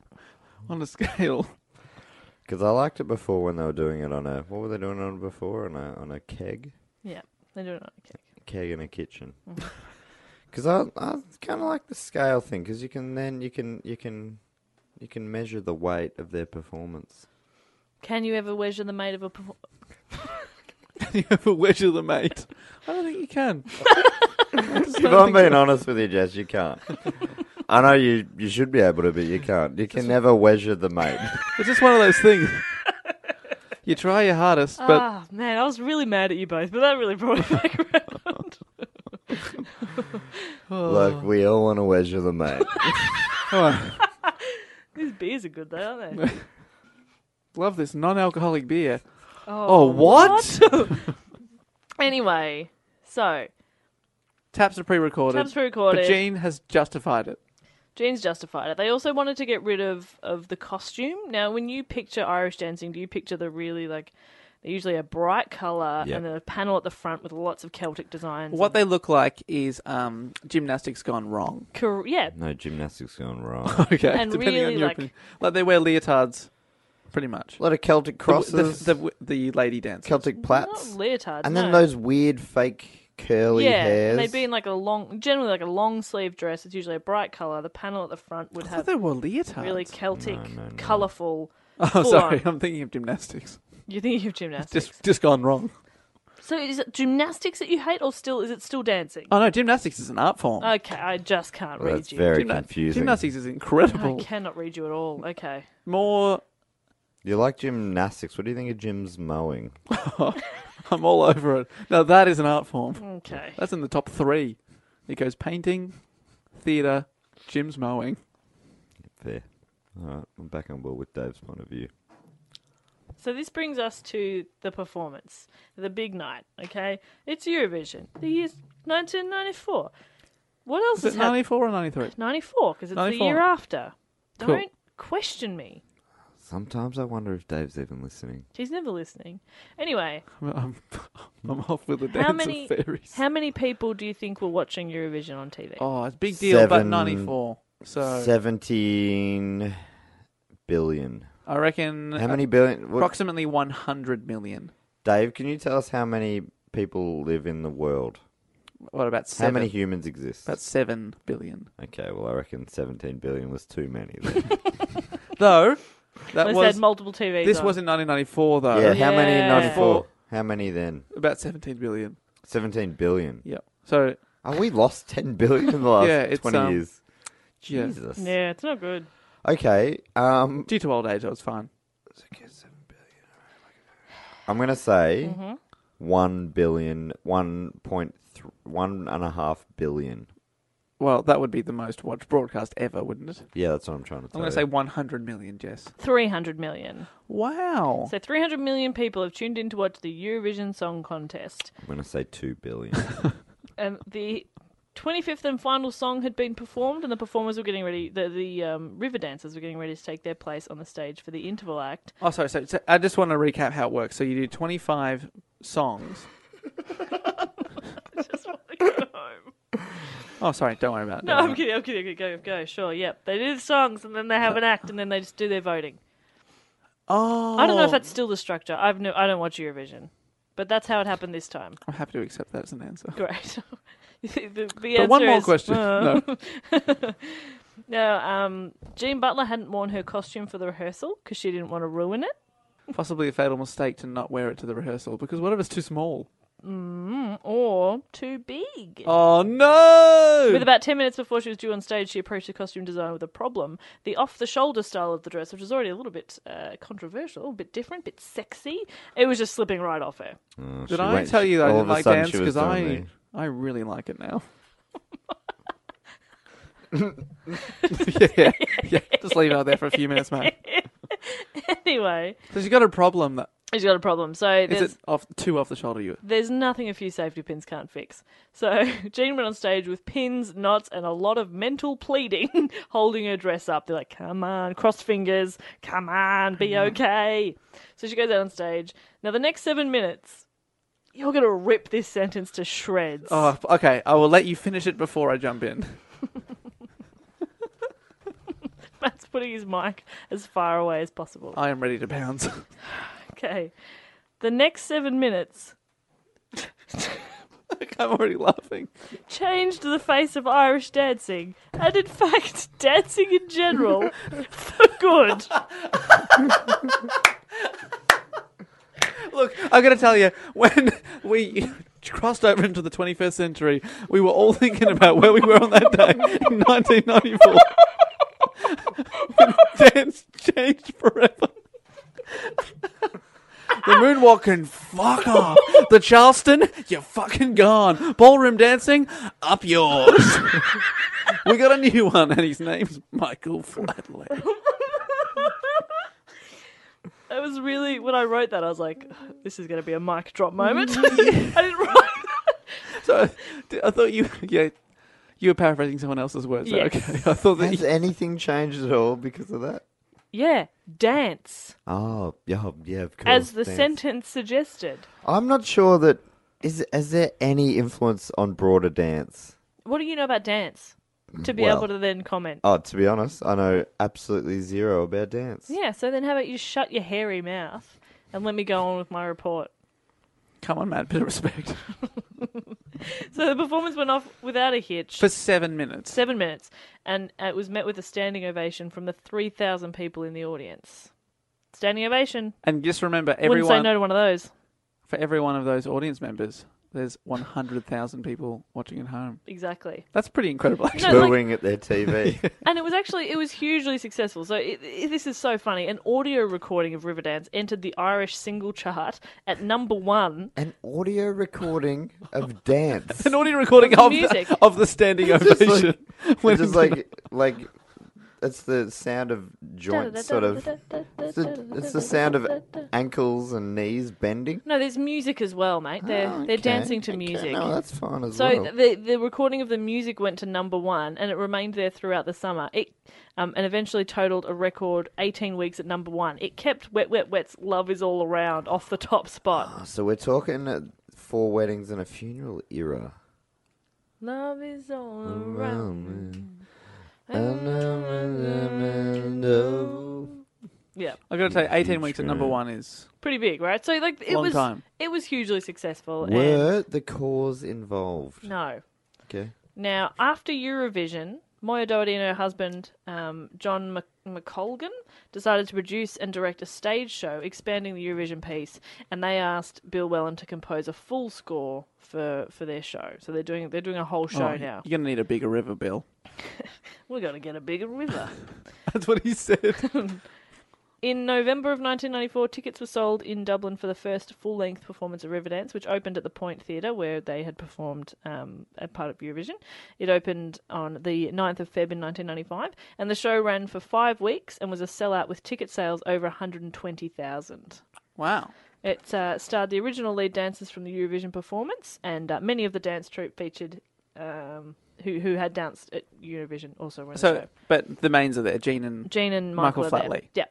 S1: On a scale.
S3: Because I liked it before when they were doing it on a what were they doing on before on a on a keg,
S2: Yeah. They do it on a cake.
S3: keg in a kitchen.
S2: Mm-hmm.
S3: Because I I kind of like the scale thing because you can then you can you can you can measure the weight of their performance.
S2: Can you ever measure the mate of a perfor-
S1: you have a wedge of the mate. I don't think you can.
S3: If I'm being honest with you, Jess, you can't. I know you you should be able to, but you can't. You can never measure the mate.
S1: It's just one of those things. You try your hardest, but
S2: Ah, man, I was really mad at you both, but that really brought it back around.
S3: Look, we all want to measure the mate.
S2: These beers are good though, aren't they?
S1: love this non-alcoholic beer.
S2: Oh,
S1: Oh, what?
S2: anyway, so
S1: Taps are pre-recorded.
S2: Taps pre-recorded.
S1: But Gene has justified it.
S2: Jean's justified it. They also wanted to get rid of of the costume. Now, when you picture Irish dancing, do you picture the really like they're usually a bright color
S3: Yeah.
S2: and then a panel at the front with lots of Celtic designs?
S1: What they look like is um, gymnastics gone wrong.
S2: they yeah,
S3: no gymnastics going wrong.
S1: Okay,
S2: And
S1: depending
S2: really,
S1: on your
S2: like-
S1: opinion. Like they wear leotards, pretty much.
S3: A lot of Celtic crosses,
S1: The, the, the, the lady dancer.
S3: Celtic plaits.
S2: not leotards,
S3: And then
S2: no.
S3: those weird fake curly
S2: yeah,
S3: hairs.
S2: and they'd be in like a long, generally like a long sleeve dress. It's usually a bright color. The panel at the front would
S1: I thought
S2: have
S1: they were leotards.
S2: really Celtic,
S3: No, no, no.
S2: colorful.
S1: Oh, sorry. I'm thinking of gymnastics.
S2: You think you have gymnastics?
S1: Just, just gone wrong.
S2: So is it gymnastics that you hate, or still is it still dancing?
S1: Oh no, gymnastics is an art form.
S2: Okay, I just can't
S3: Well,
S2: read
S3: that's
S2: you.
S3: very
S1: Gymna-
S3: confusing.
S1: Gymnastics is
S2: I
S1: incredible.
S2: cannot read you at all. Okay.
S1: More,
S3: You like gymnastics. What do you think of Jim's mowing?
S1: I'm all over it. Now that is an art form.
S2: Okay.
S1: That's in the top three. It goes painting, theatre, Jim's mowing.
S3: Fair. All right, I'm back on board with Dave's point of view.
S2: So this brings us to the performance, the big night. Okay, it's Eurovision. The year's 1994. What else
S1: Is it
S2: is happening?
S1: 94 or 93?
S2: 94, because it's
S1: 94.
S2: the year after.
S1: Cool.
S2: Don't question me.
S3: Sometimes I wonder if Dave's even listening.
S2: She's never listening. Anyway,
S1: I'm, I'm, I'm off with the dance
S2: how many
S1: of fairies.
S2: how many people do you think were watching Eurovision on TV?
S1: oh, it's a big deal, but
S3: Seven-
S1: 94. So
S3: 17 billion.
S1: I reckon
S3: How many billion? What,
S1: approximately 100 million.
S3: Dave, can you tell us how many people live in the world?
S1: What about
S3: How
S1: seven?
S3: many humans exist?
S1: About 7 billion.
S3: Okay, well, I reckon 17 billion was too many. Then.
S1: Though, that
S2: they
S1: was.
S2: said multiple TVs.
S1: This
S2: on.
S1: was in 1994, though.
S3: yeah, how many in
S2: Yeah.
S3: 94? How many then?
S1: About 17 billion.
S3: 17 billion.
S1: Yeah. So,
S3: Oh, we lost 10 billion in the last
S1: Yeah, it's,
S3: 20
S1: um,
S3: years.
S1: yeah.
S3: Jesus.
S2: Yeah, it's not good.
S3: Okay. Um,
S1: Due to old age, I was fine.
S3: I'm going to say
S2: Mm-hmm.
S3: one billion, one point th- one and a half billion.
S1: Well, that would be the most watched broadcast ever, wouldn't it?
S3: Yeah, that's what I'm trying to
S1: I'm
S3: tell
S1: going to say 100 million, Jess.
S2: 300 million.
S1: Wow.
S2: So 300 million people have tuned in to watch the Eurovision Song Contest.
S3: I'm going to say two billion.
S2: And the 25th and final song had been performed, and the performers were getting ready, the, the um, river dancers were getting ready to take their place on the stage for the interval act.
S1: Oh, sorry. So, so I just want to recap how it works. So you do 25 songs.
S2: Just want to go home.
S1: Oh, sorry. Don't worry about it.
S2: No,
S1: don't worry
S2: I'm kidding, I'm kidding, I'm kidding. Go, go, sure, yep. They do the songs, and then they have an act, and then they just do their voting.
S1: about it. Oh,
S2: I don't know if that's still the structure. I've no, I don't watch Eurovision. But that's how it happened this time.
S1: I'm happy to accept that as an answer.
S2: Great. the, the
S1: But one
S2: answer
S1: more
S2: is,
S1: question.
S2: uh, no, um, Jean Butler hadn't worn her costume for the rehearsal because she didn't want to ruin it.
S1: Possibly a fatal mistake to not wear it to the rehearsal because what if it's too small?
S2: or too big.
S1: Oh no!
S2: With about 10 minutes before she was due on stage, she approached the costume designer with a problem. The off the shoulder style of the dress, which was already a little bit uh, controversial, a bit different, a bit sexy, it was just slipping right off her.
S3: Oh,
S1: Did
S3: she
S1: I
S3: went-
S1: tell you that I
S3: all
S1: didn't
S3: of a
S1: like
S3: sudden
S1: dance
S3: she was
S1: because I
S3: doing
S1: I really like it now. yeah, yeah, just leave it out there for a few minutes, mate.
S2: Anyway,
S1: So she's got a problem that
S2: He's got a problem. So
S1: Is
S2: there's,
S1: it off too off the shoulder? You
S2: there's nothing a few safety pins can't fix. So Jean went on stage with pins, knots, and a lot of mental pleading, holding her dress up. They're like, come on, crossed fingers, come on, be okay. So she goes out on stage. Now, the next seven minutes, you're going to rip this sentence to shreds.
S1: Oh, okay. I will let you finish it before I jump in.
S2: Matt's putting his mic as far away as possible.
S1: I am ready to pounce.
S2: Okay. The next seven minutes
S1: I'm already laughing.
S2: changed the face of Irish dancing, and in fact, dancing in general, for good.
S1: Look, I gotta tell you, when we crossed over into the 21st century, we were all thinking about where we were on that day in 1994. when dance changed forever. The moonwalk can fuck off. The Charleston, you're fucking gone. Ballroom dancing, up yours. we got a new one, and his name's Michael Flatley.
S2: That was really when I wrote that. I was like, "This is going to be a mic drop moment." I didn't write. That.
S1: So d- I thought you, yeah, you were paraphrasing someone else's words. there,
S2: Yes.
S1: Okay, I thought that.
S3: Has
S1: You,
S3: anything changed at all because of that?
S2: Yeah, dance
S3: Oh, yeah, oh, yeah, of course.
S2: as the
S3: thanks.
S2: sentence suggested.
S3: I'm not sure that is. Is there any influence on broader dance?
S2: What do you know about dance to be
S3: Well.
S2: able to then comment?
S3: Oh, to be honest, I know absolutely zero about dance.
S2: Yeah. So then, how about you shut your hairy mouth and let me go on with my report?
S1: come on, Matt, bit of respect.
S2: So the performance went off without a hitch.
S1: For seven minutes.
S2: seven minutes, and it was met with a standing ovation from the 3,000 people in the audience. Standing ovation.
S1: And just remember,
S2: Wouldn't say
S1: everyone
S2: no to one of those.
S1: for every one of those audience members, there's 100,000 people watching at home.
S2: Exactly.
S1: That's pretty incredible. Actually.
S2: No, like-
S3: Booing at their TV.
S2: And it was actually, it was hugely successful. So it, it, this is so funny. An audio recording of Riverdance entered the Irish single chart at number one.
S3: An audio recording of dance.
S1: An audio recording of
S2: music.
S1: the, of the standing
S3: just like-
S1: ovation.
S3: It's just like like it's the sound of joints sort of. It's the, it's the sound of ankles and knees bending.
S2: No, there's music as well, mate. They're,
S3: Oh,
S2: they're
S3: okay,
S2: dancing to
S3: okay,
S2: music.
S3: No, that's fine as
S2: So
S3: well.
S2: the the recording of the music went to number one, and it remained there throughout the summer. It um, and eventually totaled a record eighteen weeks at number one. It kept Wet Wet Wet's "Love Is All Around" off the top spot.
S3: so we're talking uh, four weddings and a funeral era.
S2: Love is all around.
S3: Around me.
S2: Yeah,
S1: I've got to tell you, 18 weeks at number one is.
S2: pretty big, right? So like it
S1: Long
S2: was
S1: time.
S2: it was hugely successful.
S3: Were the cause involved?
S2: And no,
S3: Okay.
S2: Now, after Eurovision, Moya Doherty and her husband, um, John Mc- McColgan, decided to produce and direct a stage show expanding the Eurovision piece, and they asked Bill Wellen to compose a full score for, for their show. So they're doing they're doing a whole show
S1: Oh,
S2: now.
S1: You're going to need a bigger river, Bill.
S2: We're gonna get a bigger river.
S1: That's what he said.
S2: In November of 1994, tickets were sold in Dublin for the first full length performance of Riverdance, which opened at the Point Theatre, where they had performed um, a part of Eurovision. It opened on the 9th of Feb in 1995, and the show ran for five weeks and was a sellout with ticket sales over 120,000.
S1: wow.
S2: It uh, starred the original lead dancers from the Eurovision performance, and uh, many of the dance troupe featured um, who, who had danced at Eurovision also were in the show.
S1: So, but the mains are there, Gene and.
S2: Gene and
S1: Michael
S2: Michael, are there.
S1: Flatley.
S2: Yeah.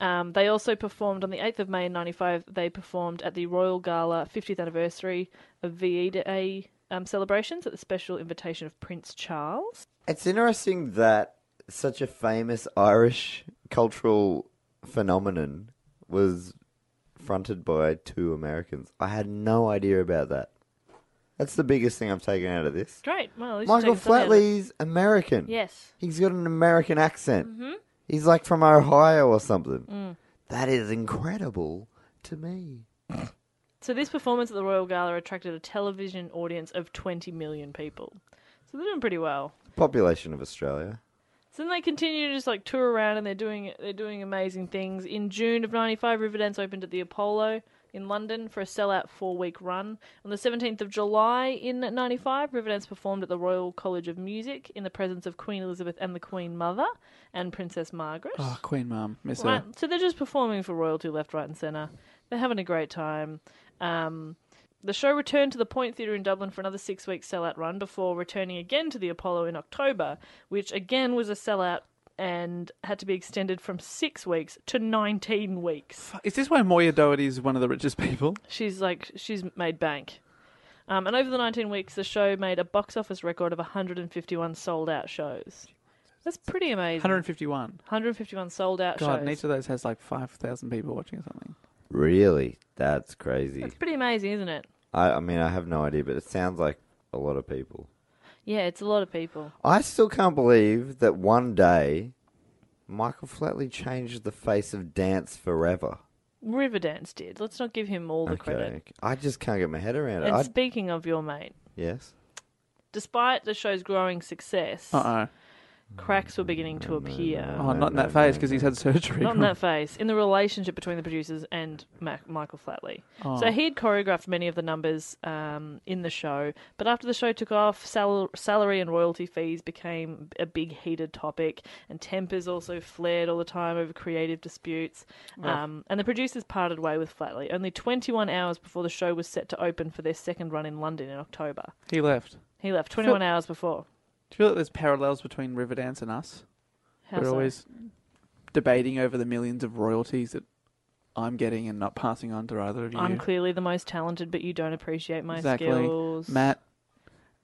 S2: Um, they also performed on the 8th of May in 95. They performed at the Royal Gala 50th anniversary of VE Day um, celebrations at the special invitation of Prince Charles.
S3: It's interesting that such a famous Irish cultural phenomenon was fronted by two Americans. I had no idea about that. That's the biggest thing I've taken out of this.
S2: Great. Well, at least you
S3: Michael
S2: take something out of it.
S3: Flatley's American.
S2: Yes. Mm-hmm.
S3: He's got an American accent. He's like from Ohio or something.
S2: Mm.
S3: That is incredible to me.
S2: So this performance at the Royal Gala attracted a television audience of 20 million people. So they're doing pretty well.
S3: Population of Australia.
S2: So then they continue to just like tour around, and they're doing they're doing amazing things. In June of '95, Riverdance opened at the Apollo. in London for a sellout four week run. On the 17th of July in 95, Riverdance performed at the Royal College of Music in the presence of Queen Elizabeth and the Queen Mother and Princess Margaret.
S1: Oh, Queen Mum. Miss
S2: Right.
S1: her.
S2: So they're just performing for royalty left, right, and centre. They're having a great time. Um, the show returned to the Point Theatre in Dublin for another six week sellout run before returning again to the Apollo in October, which again was a sellout and had to be extended from six weeks to 19 weeks.
S1: Is this why Moya Doherty is one of the richest people?
S2: She's like, she's made bank. Um, and over the 19 weeks, the show made a box office record of 151 sold out shows. That's pretty amazing.
S1: 151.
S2: 151 sold out
S1: God,
S2: shows.
S1: and each of those has like 5,000 people watching or something.
S3: Really? That's crazy.
S2: That's pretty amazing, isn't it?
S3: I, I mean, I have no idea, but it sounds like a lot of people.
S2: Yeah, it's a lot of people.
S3: I still can't believe that one day Michael Flatley changed the face of dance forever.
S2: Riverdance did. Let's not give him all the credit.
S3: I just can't get my head around it.
S2: And
S3: I,
S2: speaking of your mate,
S3: yes.
S2: despite the show's growing success,
S1: Uh
S2: cracks were beginning to appear.
S1: oh. Oh, not in that phase because he's had surgery.
S2: Not in that face. In the relationship between the producers and Mac- Michael Flatley.
S1: Oh.
S2: So he had choreographed many of the numbers um, in the show, but after the show took off, sal- salary and royalty fees became a big heated topic, and tempers also flared all the time over creative disputes. Um, and the producers parted way with Flatley only 21 hours before the show was set to open for their second run in London in October.
S1: He left.
S2: He left 21 hours before.
S1: Do you feel like there's parallels between Riverdance and us?
S2: How
S1: We're
S2: so?
S1: always debating over the millions of royalties that I'm getting and not passing on to either of you.
S2: I'm clearly the most talented, but you don't appreciate my
S1: exactly.
S2: skills.
S1: Matt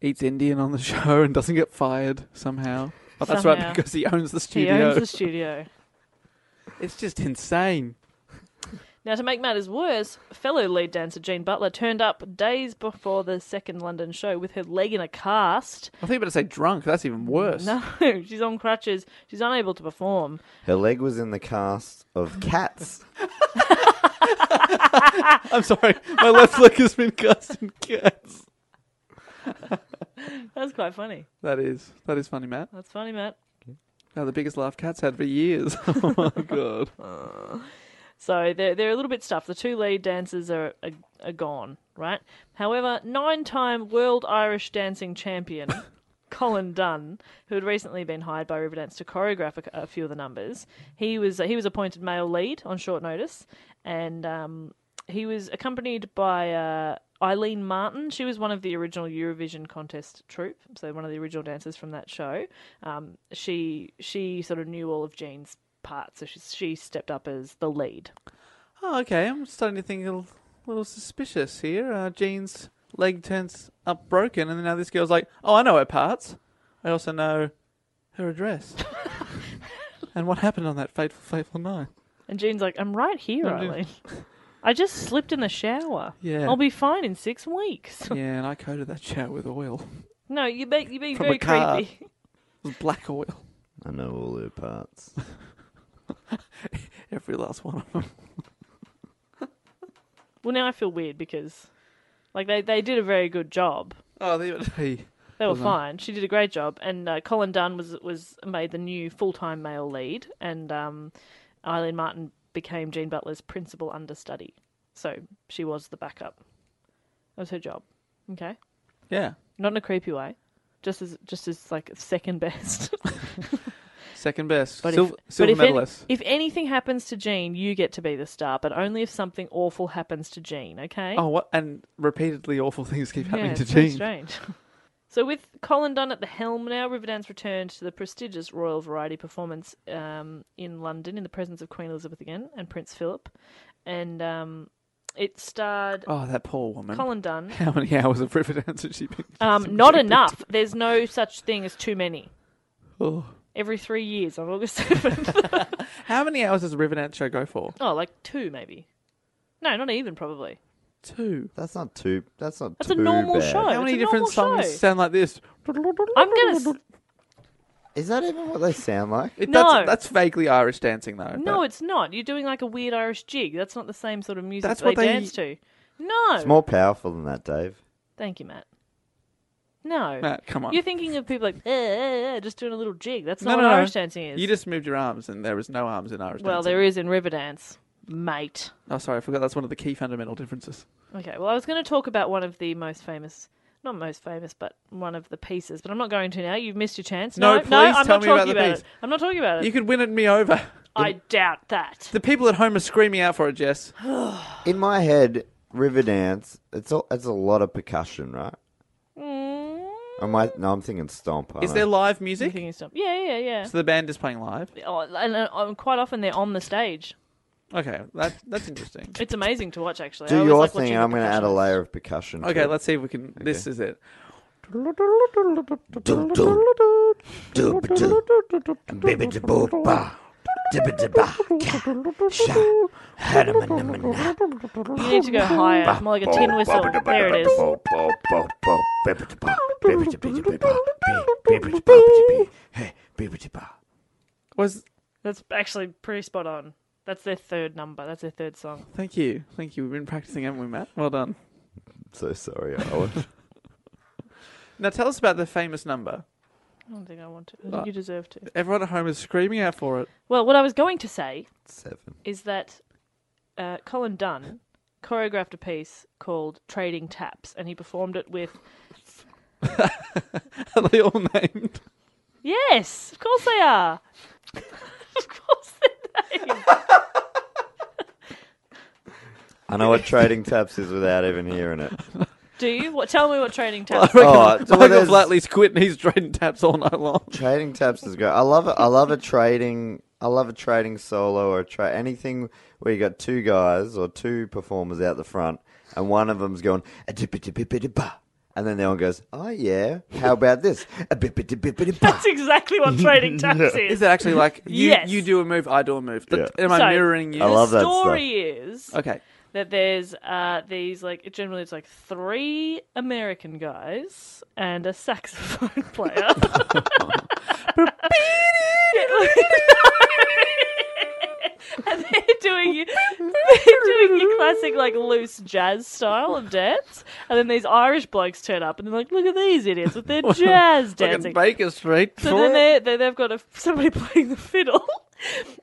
S1: eats Indian on the show and doesn't get fired somehow. Oh, that's right,
S2: Somehow.
S1: because he owns the
S2: he
S1: studio.
S2: owns the studio.
S1: It's just insane.
S2: Now, to make matters worse, fellow lead dancer Jean Butler turned up days before the second London show with her leg in a cast.
S1: I think you better say drunk. That's even worse.
S2: No, she's on crutches. She's unable to perform.
S3: Her leg was in the cast of Cats.
S1: I'm sorry. My left leg has been cast in cats.
S2: That's quite funny.
S1: That is. That is funny, Matt.
S2: That's funny, Matt.
S1: Now, the biggest laugh cats had for years. oh, my God.
S2: So they're, they're a little bit stuffed. The two lead dancers are, are, are gone, right? However, nine time World Irish Dancing Champion Colin Dunn, who had recently been hired by Riverdance to choreograph a, a few of the numbers, he was he was appointed male lead on short notice, and um, he was accompanied by uh, Eileen Martin. She was one of the original Eurovision contest troupe, so one of the original dancers from that show. Um, she she sort of knew all of Jean's parts, so she, she stepped up as the lead.
S1: Oh, okay. I'm starting to think a little, little suspicious here. Uh, Jean's leg turns up broken, and now this girl's like, oh, I know her parts. I also know her address. and what happened on that fateful, fateful night.
S2: And Jean's like, I'm right here,
S1: I'm doing-
S2: Eileen. I just slipped in the shower.
S1: Yeah.
S2: I'll be fine in six weeks.
S1: Yeah, and I coated that shower with oil.
S2: No, you be, you're being
S1: From a
S2: very
S1: car.
S2: creepy.
S1: It was black oil.
S3: I know all her parts.
S1: Every last one of them.
S2: Well, now I feel weird because, like, they, they did a very good job.
S1: Oh, they hey.
S2: They were
S1: Wasn't it?
S2: fine. She did a great job, and uh, Colin Dunn was was made the new full time male lead, and um, Eileen Martin became Jean Butler's principal understudy. So she was the backup. That was her job. Okay,
S1: Yeah.
S2: not in a creepy way, just as just as like second best.
S1: Second best.
S2: But
S1: Sil-
S2: if,
S1: silver
S2: but if, any-
S1: medalist.
S2: if anything happens to Jean, you get to be the star, but only if something awful happens to Jean, okay?
S1: oh, what? And repeatedly awful things keep happening
S2: yeah,
S1: to
S2: it's very
S1: Jean.
S2: strange. So with Colin Dunn at the helm now, Riverdance returned to the prestigious Royal Variety performance um, in London in the presence of Queen Elizabeth again and Prince Philip, and um, it starred
S1: Oh, that poor woman.
S2: Colin Dunn.
S1: How many hours of Riverdance has she been?
S2: Um, not enough. There's no such thing as too many.
S1: Oh.
S2: Every three years on August 7th.
S1: How many hours does a Riverdance show go for?
S2: oh, like two maybe. No, not even probably.
S1: Two.
S3: That's not too. That's not.
S2: That's a
S3: too
S2: normal
S3: bad.
S2: show.
S1: How many
S2: it's a
S1: different
S2: normal
S1: songs
S2: show.
S1: sound like this?
S2: I'm gonna. s-
S3: Is that even what they sound like?
S1: It-
S2: No.
S1: That's, that's vaguely Irish dancing, though.
S2: No,
S1: but-
S2: it's not. You're doing like a weird Irish jig. That's not the same sort of music
S1: That's
S2: that
S1: what
S2: they,
S1: they-
S2: dance to. No.
S3: It's more powerful than that, Dave.
S2: Thank you, Matt. No.
S1: Matt, come on.
S2: You're thinking of people like eh, eh, eh, just doing a little jig. That's
S1: No,
S2: not
S1: no,
S2: what
S1: no.
S2: Irish dancing is.
S1: You just moved your arms, and there was no arms in Irish
S2: well,
S1: dancing.
S2: there is in Riverdance. mate.
S1: Oh, sorry, I forgot that's one of the key fundamental differences.
S2: Okay, well, I was going to talk about one of the most famous, not most famous, but one of the pieces, but I'm not going to now. You've missed your chance.
S1: No,
S2: No,
S1: please
S2: no, I'm
S1: tell
S2: not
S1: me
S2: talking
S1: about
S2: about,
S1: the piece.
S2: it. I'm not talking about it.
S1: You could win it me over.
S2: I doubt that.
S1: The people at home are screaming out for it, Jess.
S3: In my head, Riverdance, it's all, it's a lot of percussion, right? Am I no, I'm thinking stomp. I
S1: Is
S3: don't
S1: there
S3: know.
S1: live music?
S2: Mm. Thinking stuff. Yeah, yeah, yeah.
S1: So the band is playing live.
S2: Oh, and uh, um, quite often they're on the stage.
S1: Okay, that, that's interesting.
S2: It's amazing to watch, actually.
S1: Oh,
S2: I
S3: do
S2: always
S3: your
S2: like
S3: thing,
S2: watching
S3: and
S2: the
S3: I'm going to add a
S2: percussion.
S3: layer of percussion. to
S1: Okay,
S3: it.
S1: let's see if we can. This is it.
S7: Dum, dum, dum, dum, dum, baby, da, bo, ba, da, ba, da, ba, ka, sha, ha, da, ma, na, ma, na.
S2: You need to go higher, more like a tin whistle. There it is.
S7: Bo, bo, bo, bo, baby, da, ba, baby, da, ba, da, ba, ba, be, baby, da, ba, ba, da, be, hey, baby, da, ba.
S1: Was
S2: That's actually pretty spot on. That's their third number. That's their third song.
S1: thank you, thank you. We've been practicing, haven't we, Matt? Well done.
S3: So sorry, Owen.
S1: Now tell us about the famous number.
S2: I don't think I want to. I think you deserve to.
S1: Everyone at home is screaming out for it.
S2: Well, what I was going to say
S3: Seven.
S2: is that uh, Colin Dunn choreographed a piece called Trading Taps, and he performed it with.
S1: Are they all named?
S2: Yes, of course they are. of course they're named.
S3: I know what trading taps is without even hearing it.
S2: Do you? What? Tell me what Trading Taps.
S1: Michael,
S3: Oh, so
S1: Michael
S3: there's-
S1: Flatley's quit and he's trading taps all night long.
S3: Trading taps is great. I love it. I love a trading. I love a trading solo or a tra- anything where you got two guys or two performers out the front, and one of them's going a ba, and then the other one goes, "Oh yeah, how about this?" A ba.
S2: That's exactly what Trading Taps is.
S1: Is it actually like you,
S2: Yes.
S1: you do a move, I do a move? But Am I
S2: So-
S1: mirroring you?
S3: I love
S2: the
S3: that stuff.
S2: story is
S1: Okay.
S2: that there's uh, these like it generally it's like three American guys and a saxophone player. and they're doing you they're doing your classic like loose jazz style of dance. And then these Irish blokes turn up and they're like, look at these idiots with their jazz
S1: Fucking
S2: dancing.
S1: Baker Street.
S2: So then they they they've got a, somebody playing the fiddle,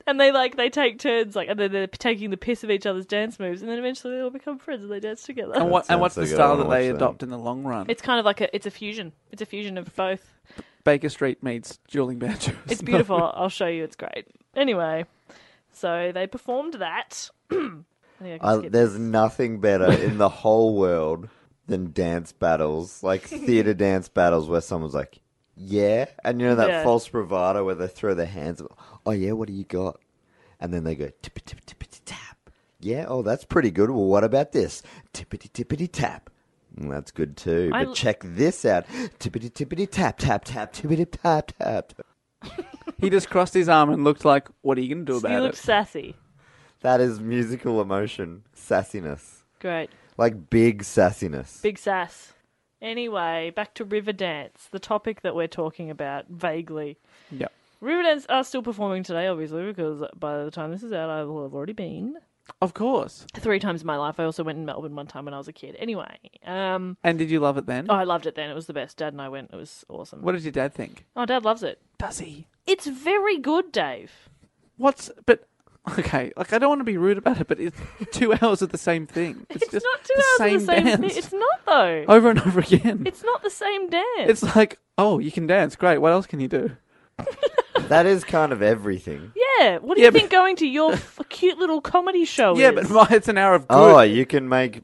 S2: and they like they take turns like and then they're taking the piss of each other's dance moves, and then eventually they all become friends and they dance together.
S1: and, what, and
S3: sounds
S1: what's the
S3: like I
S1: style
S3: wanna
S1: that they
S3: watch
S1: adopt in the long run?
S2: It's kind of like a it's a fusion. It's a fusion of both.
S1: Baker Street meets dueling banjos.
S2: It's beautiful. I'll show you. It's great. Anyway, so they performed that. I think I
S3: I,
S2: can skip.
S3: there's nothing better in the whole world than dance battles, like theater dance battles, where someone's like, "Yeah," and you know that
S2: Yeah.
S3: false bravado where they throw their hands up, "Oh yeah, what do you got?" And then they go tippity tippity tap. Yeah, oh that's pretty good. Well, what about this tippity tippity tap? Mm, That's good too.
S2: I
S3: But
S2: l-
S3: check this out tippity tippity tap tap tap tippity tap tap.
S1: he just crossed his arm and looked like, what are you going to do
S2: you
S1: about
S2: look
S1: it?
S2: sassy.
S3: That is musical emotion, sassiness,
S2: Great,
S3: like big sassiness.
S2: big sass. Anyway, back to Riverdance, the topic that we're talking about vaguely.
S1: Yep.
S2: Riverdance are still performing today, obviously, because by the time this is out, I will have already been
S1: Of course.
S2: three times in my life. I also went in Melbourne one time when I was a kid. Anyway, um,
S1: And did you love it then?
S2: oh, I loved it then. It was the best. Dad and I went. It was awesome.
S1: Mm. What did your dad think?
S2: Oh, Dad loves it.
S1: Does he?
S2: It's very good, Dave.
S1: What's but okay? Like I don't want to be rude about it, but it's two hours of the same thing. It's,
S2: It's,
S1: just
S2: not two
S1: the
S2: hours
S1: same
S2: of the same
S1: dance Oh.
S2: thing. It's not though.
S1: over and over again. It's,
S2: It's not the same dance.
S1: like oh, you can dance, great. What else can you do?
S3: That is kind of everything.
S2: yeah. What do
S1: Yeah,
S2: you
S1: but-
S2: think going to your f- cute little comedy show
S1: yeah,
S2: is?
S1: but my, it's an hour of good.
S3: Oh, you can make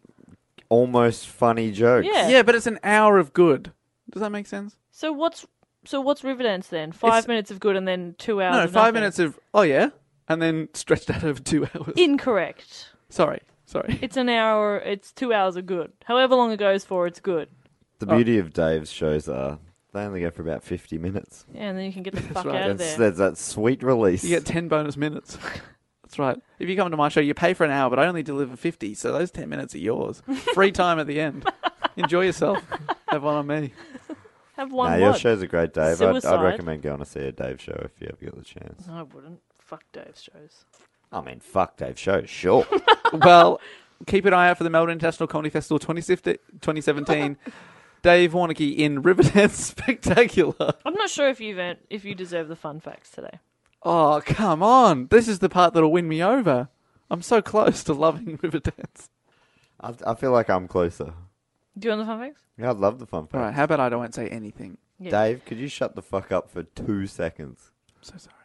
S3: almost funny jokes.
S2: Yeah.
S1: yeah, but it's an hour of good. Does that make sense?
S2: so what's so what's Riverdance then? Five
S1: It's-
S2: minutes of good and then two hours.
S1: no,
S2: of
S1: five
S2: nothing.
S1: minutes of oh yeah, and then stretched out over two hours.
S2: Incorrect.
S1: sorry, sorry.
S2: It's an hour. It's two hours of good. However long it goes for, it's good.
S3: The beauty of Dave's shows are they only go for about 50 minutes.
S2: Yeah, and then you can get the fuck
S1: right.
S2: out of
S3: That's,
S2: there.
S3: there's that sweet release.
S1: You get ten bonus minutes. That's right. If you come to my show, you pay for an hour, but I only deliver fifty, so those ten minutes are yours. Free time at the end. Enjoy yourself. Have one on me.
S2: Have
S3: Nah,
S2: one
S3: your
S2: what?
S3: show's are great, Dave. I'd,
S2: Suicide. Mm-hmm.
S3: I'd recommend going to see a Dave show if you ever get the chance.
S2: I wouldn't. Fuck Dave's shows.
S3: I mean, fuck Dave show, sure.
S1: well, keep an eye out for the Melbourne International Comedy Festival 2015 2017. Dave Warnicki in Riverdance Spectacular.
S2: I'm not sure if you've earned, if you deserve the fun facts today.
S1: Oh, come on. This is the part that'll win me over. I'm so close to loving Riverdance.
S3: I, I feel like I'm closer.
S2: Do you want the fun facts?
S3: Yeah, I'd love the fun
S1: All right,
S3: fact.
S1: how about I don't say anything?
S2: Yeah.
S3: Dave, could you shut the fuck up for two seconds?
S1: I'm so sorry.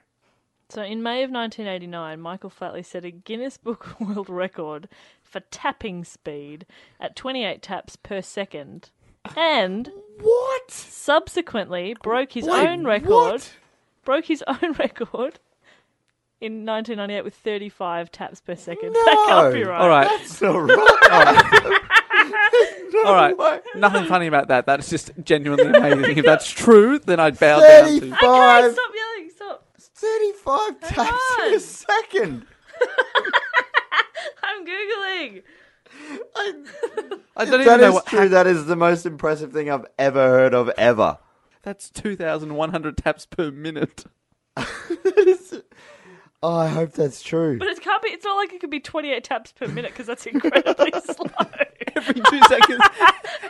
S2: So in May of 1989, Michael Flatley set a Guinness Book World Record for tapping speed at 28 taps per second, and
S1: What?
S2: subsequently broke his
S1: Wait,
S2: own record.
S1: what?
S2: Broke his own record in 1998 with 35 taps per second. That can't be right.
S1: All right,
S3: That's all right.
S1: all right. Nothing funny about that. That's just genuinely amazing. if that's true, then I'd bow down to.
S3: 35,
S2: Okay, stop yelling. Stop.
S3: 35 taps in a
S2: on.
S3: second.
S2: I'm googling.
S1: I don't even
S3: That
S1: know
S3: is
S1: what.
S3: true. that is the most impressive thing I've ever heard of ever.
S1: That's 2,100 taps per minute.
S3: Oh, I hope that's true.
S2: But it can't be. It's not like it could be 28 taps per minute because that's incredibly slow.
S1: Every two seconds,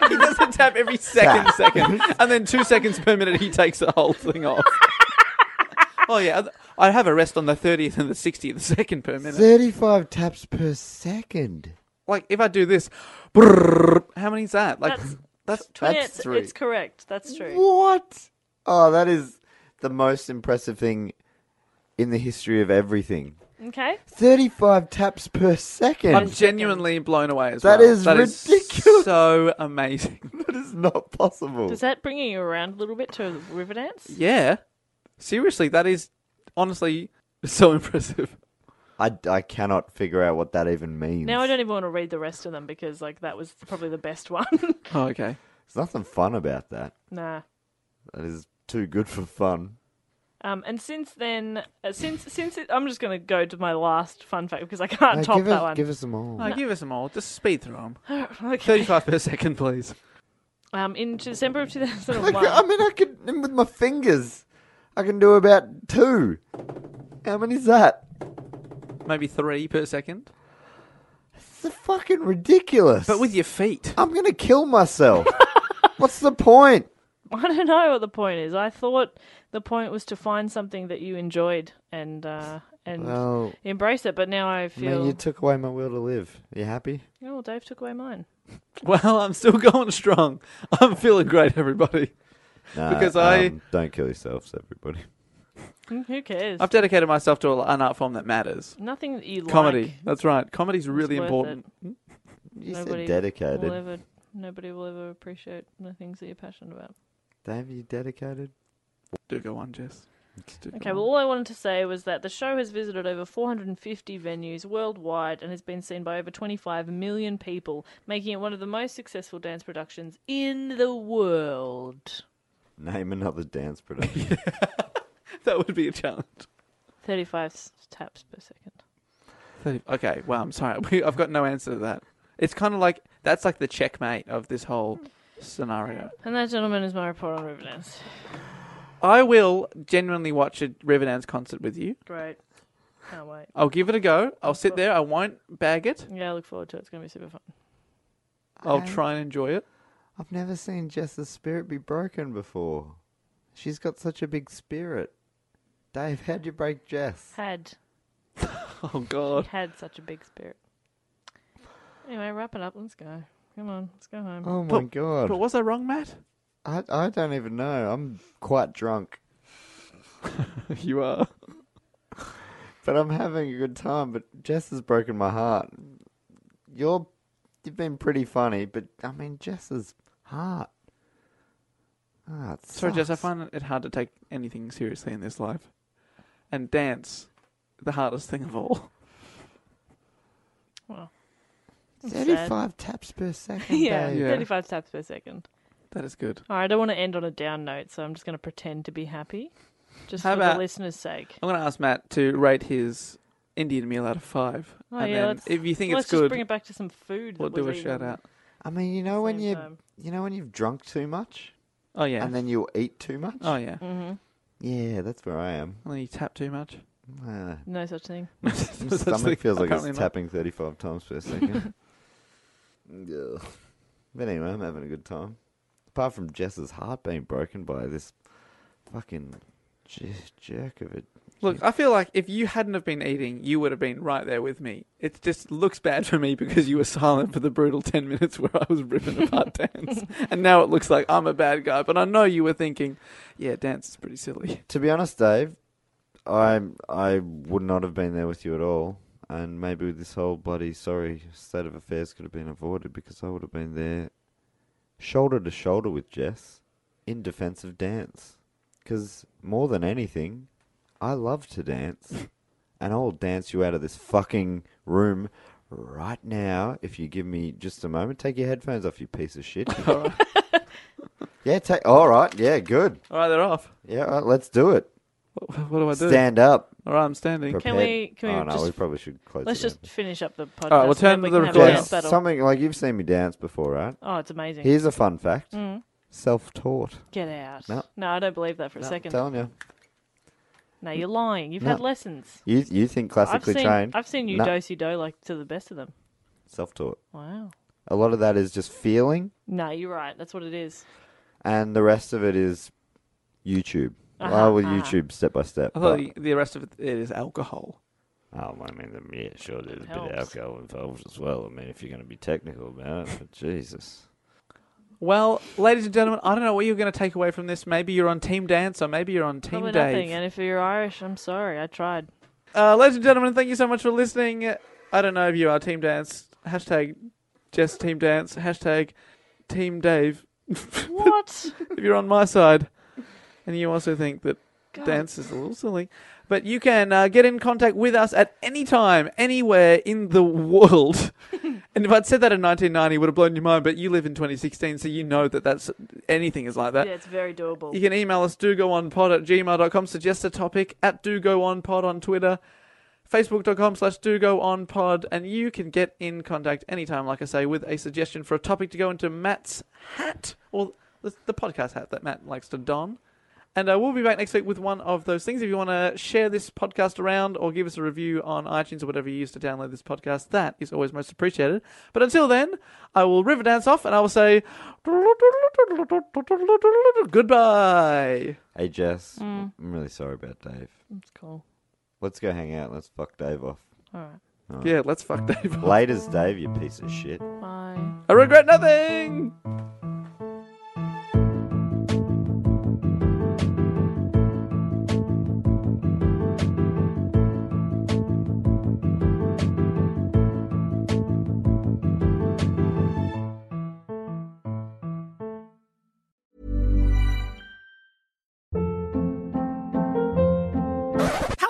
S1: he does a tap every second second, and then two seconds per minute, he takes the whole thing off. oh yeah, I have a rest on the 30th and the 60th second per minute.
S3: 35 taps per second.
S1: like if I do this, brrrr, how many's that? Like
S2: That's-
S1: that's,
S2: Twenty
S3: That's
S2: it's-
S3: three.
S2: It's correct. That's true.
S3: What? Oh, that is the most impressive thing in the history of everything.
S2: Okay.
S3: 35 taps per
S1: I'm
S3: second.
S1: genuinely blown away as
S3: That
S1: well.
S3: is ridiculous.
S1: ridiculous. so amazing.
S3: That is not possible.
S2: Is that bringing you around a little bit to Riverdance?
S1: Yeah, seriously, that is honestly so impressive.
S3: I, I cannot figure out what that even means.
S2: Now I don't even want to read the rest of them because like that was probably the best one.
S1: Oh, okay.
S3: There's nothing fun about that.
S2: nah.
S3: That is too good for fun.
S2: Um, and since then, uh, since since it, I'm just going to go to my last fun fact because I can't
S3: No,
S2: top
S3: give,
S2: that
S3: us,
S2: one.
S3: give us them all.
S1: Oh, Give us some more. Just speed through them.
S2: okay.
S1: 35 per second, please.
S2: Um, in December of
S3: Like, I
S2: 2001,
S3: mean, I could, and with my fingers, I can do about two. How many's that?
S1: Maybe three per second.
S3: It's fucking ridiculous.
S1: But with your feet.
S3: I'm gonna kill myself. What's the point?
S2: I don't know what the point is. I thought the point was to find something that you enjoyed and uh, and
S3: Well,
S2: embrace it. But now I
S3: I
S2: feel
S3: mean, you took away my will to live. Are you happy?
S2: oh, Dave took away mine.
S1: Well, I'm still going strong. I'm feeling great, everybody.
S3: No,
S1: Because I-
S3: Uh, um, don't kill yourselves, everybody.
S2: Mm, Who cares?
S1: I've dedicated myself to an art form that matters.
S2: Nothing that you like.
S1: Comedy. That's right. Comedy's really
S2: worth
S1: important.
S3: You
S2: Nobody
S3: said
S2: Will
S3: dedicated.
S2: ever, nobody will ever appreciate the things that you're passionate about.
S3: Damn, you dedicated.
S1: Do go on, Jess. Let's do go
S2: Okay,
S1: on.
S2: well, all I wanted to say was that the show has visited over 450 venues worldwide and has been seen by over 25 million people, making it one of the most successful dance productions in the world.
S3: Name another dance production.
S1: that would be a challenge.
S2: 35 s- taps per second.
S1: Okay, well, I'm sorry. We- I've got no answer to that. It's kind of like that's like the checkmate of this whole scenario.
S2: And that, gentleman, is my report on Riverdance.
S1: I will genuinely watch a Riverdance concert with you.
S2: Great. Can't wait.
S1: I'll give it a go. I'll sit there. I won't bag it.
S2: Yeah, I look forward to it. It's going to be super fun.
S1: I'll try and enjoy it.
S3: I've never seen Jess's spirit be broken before. She's got such a big spirit. Dave, how'd you break Jess?
S2: Had.
S1: Oh
S2: He
S1: God.
S2: had such a big spirit. Anyway, wrap it up. Let's go. Come on, let's go home.
S3: Oh my
S1: But
S3: god.
S1: was I wrong, Matt?
S3: I, I don't even know. I'm quite drunk.
S1: you are.
S3: But I'm having a good time. But Jess has broken my heart. You're, you've been pretty funny, but I mean Jess's heart. Ah, it
S1: Sorry, Jess. I
S3: sucks.
S1: find it hard to take anything seriously in this life, and dance, the hardest thing of all.
S2: Well, sad.
S3: thirty-five taps per second.
S2: yeah,
S3: Dave.
S1: Yeah.
S2: 35 taps per second.
S1: That is good.
S2: All right, I don't want to end on a down note, so I'm just going to pretend to be happy. Just
S1: How
S2: for
S1: about-
S2: the listeners' sake.
S1: I'm going to ask Matt to rate his Indian meal out of five,
S2: Oh,
S1: and
S2: yeah,
S1: then
S2: let's-
S1: if you think
S2: Let's
S1: it's
S2: just
S1: good,
S2: bring it back to some food.
S1: we'll
S2: that
S1: do a
S2: was eaten
S1: shout out.
S3: I mean, you know when
S2: same
S3: you
S2: time.
S3: you know when you've drunk too much,
S1: Oh um, yeah.
S3: and then you'll eat too much.
S1: oh yeah.
S3: Yeah, that's where I am.
S1: And then you tap too much.
S3: Ah,
S2: No such thing.
S1: My
S3: my stomach feels like it's tapping thirty-five times per second. Ugh. But anyway, I'm having a good time. Apart from Jess's heart being broken by this fucking jer- jerk of a
S1: Look, I feel like if you hadn't have been eating, you would have been right there with me. It just looks bad for me because you were silent for the brutal 10 minutes where I was ripping apart dance. And now it looks like I'm a bad guy, but I know you were thinking, yeah, dance is pretty silly.
S3: To be honest, Dave, I I would not have been there with you at all, and maybe this whole bloody sorry state of affairs could have been avoided because I would have been there, shoulder to shoulder with Jess, in defence of dance, because more than anything, I love to dance, and I'll dance you out of this fucking room. Right now, if you give me just a moment, take your headphones off, you piece of shit. yeah, take. All right, yeah, good.
S1: All right, they're off.
S3: Yeah, all right, let's do it.
S1: What, what do I do?
S3: Stand up.
S1: All right, I'm standing.
S2: Can we- can we
S3: oh, no,
S2: just-
S3: we probably should close.
S2: Let's
S3: it down.
S2: just finish up the podcast.
S1: right, we'll turn
S2: and then
S1: to the
S2: we can have a
S1: recording.
S3: Yeah,
S2: dance battle.
S3: something like you've seen me dance before, right?
S2: Oh, it's amazing.
S3: Here's a fun fact: self-taught.
S2: Get out.
S3: No.
S2: I don't believe that Mm. for a
S3: I'm
S2: second.
S3: telling you,
S2: No, you're lying. You've
S3: No.
S2: had lessons.
S3: you you think
S2: I've
S3: classically
S2: seen,
S3: trained?
S2: I've seen you
S3: No,
S2: dosey do like to the best of them.
S3: self-taught.
S2: Wow.
S3: A lot of that is just feeling,
S2: No, you're right. That's what it is.
S3: and the rest of it is YouTube.
S2: Uh-huh,
S3: well, with
S2: uh-huh.
S3: YouTube step by step.
S1: I
S3: but-
S1: thought the, the rest of it is alcohol.
S3: Oh, I mean, the- yeah, sure, there's a bit of
S2: Helps.
S3: alcohol involved as well. I mean, if you're going to be technical about it, but Jesus.
S1: Well, ladies and gentlemen, I don't know what you're going to take away from this. Maybe you're on Team Dance or maybe you're on Team
S2: Probably
S1: Dave.
S2: nothing. And if you're Irish, I'm sorry. I tried.
S1: Uh, ladies and gentlemen, thank you so much for listening. I don't know if you are Team Dance. Hashtag Jess Team Dance. Hashtag Team Dave.
S2: What?
S1: if you're on my side and you also think that dance is a little silly, but you can uh, get in contact with us at any time, anywhere in the world. and if I'd said that in 1990, it would have blown your mind, but you live in 2016, so you know that that's anything is like that.
S2: yeah, it's very doable.
S1: You can email us dogoonpod at gmail.com, suggest a topic at dogoonpod on Twitter, facebook.com slash dogoonpod, and you can get in contact anytime, like I say, with a suggestion for a topic to go into Matt's hat, or the, the podcast hat that Matt likes to don. And uh, we'll be back next week with one of those things. If you want to share this podcast around or give us a review on iTunes or whatever you use to download this podcast, that is always most appreciated. But until then, I will river dance off and I will say goodbye.
S3: Hey, Jess,
S2: Mm.
S3: I'm really sorry about Dave.
S2: It's cool.
S3: Let's go hang out. Let's fuck Dave off.
S2: All right.
S1: Yeah, let's fuck Dave. up.
S3: Laters, Dave, you piece of shit.
S2: Bye.
S1: I regret nothing.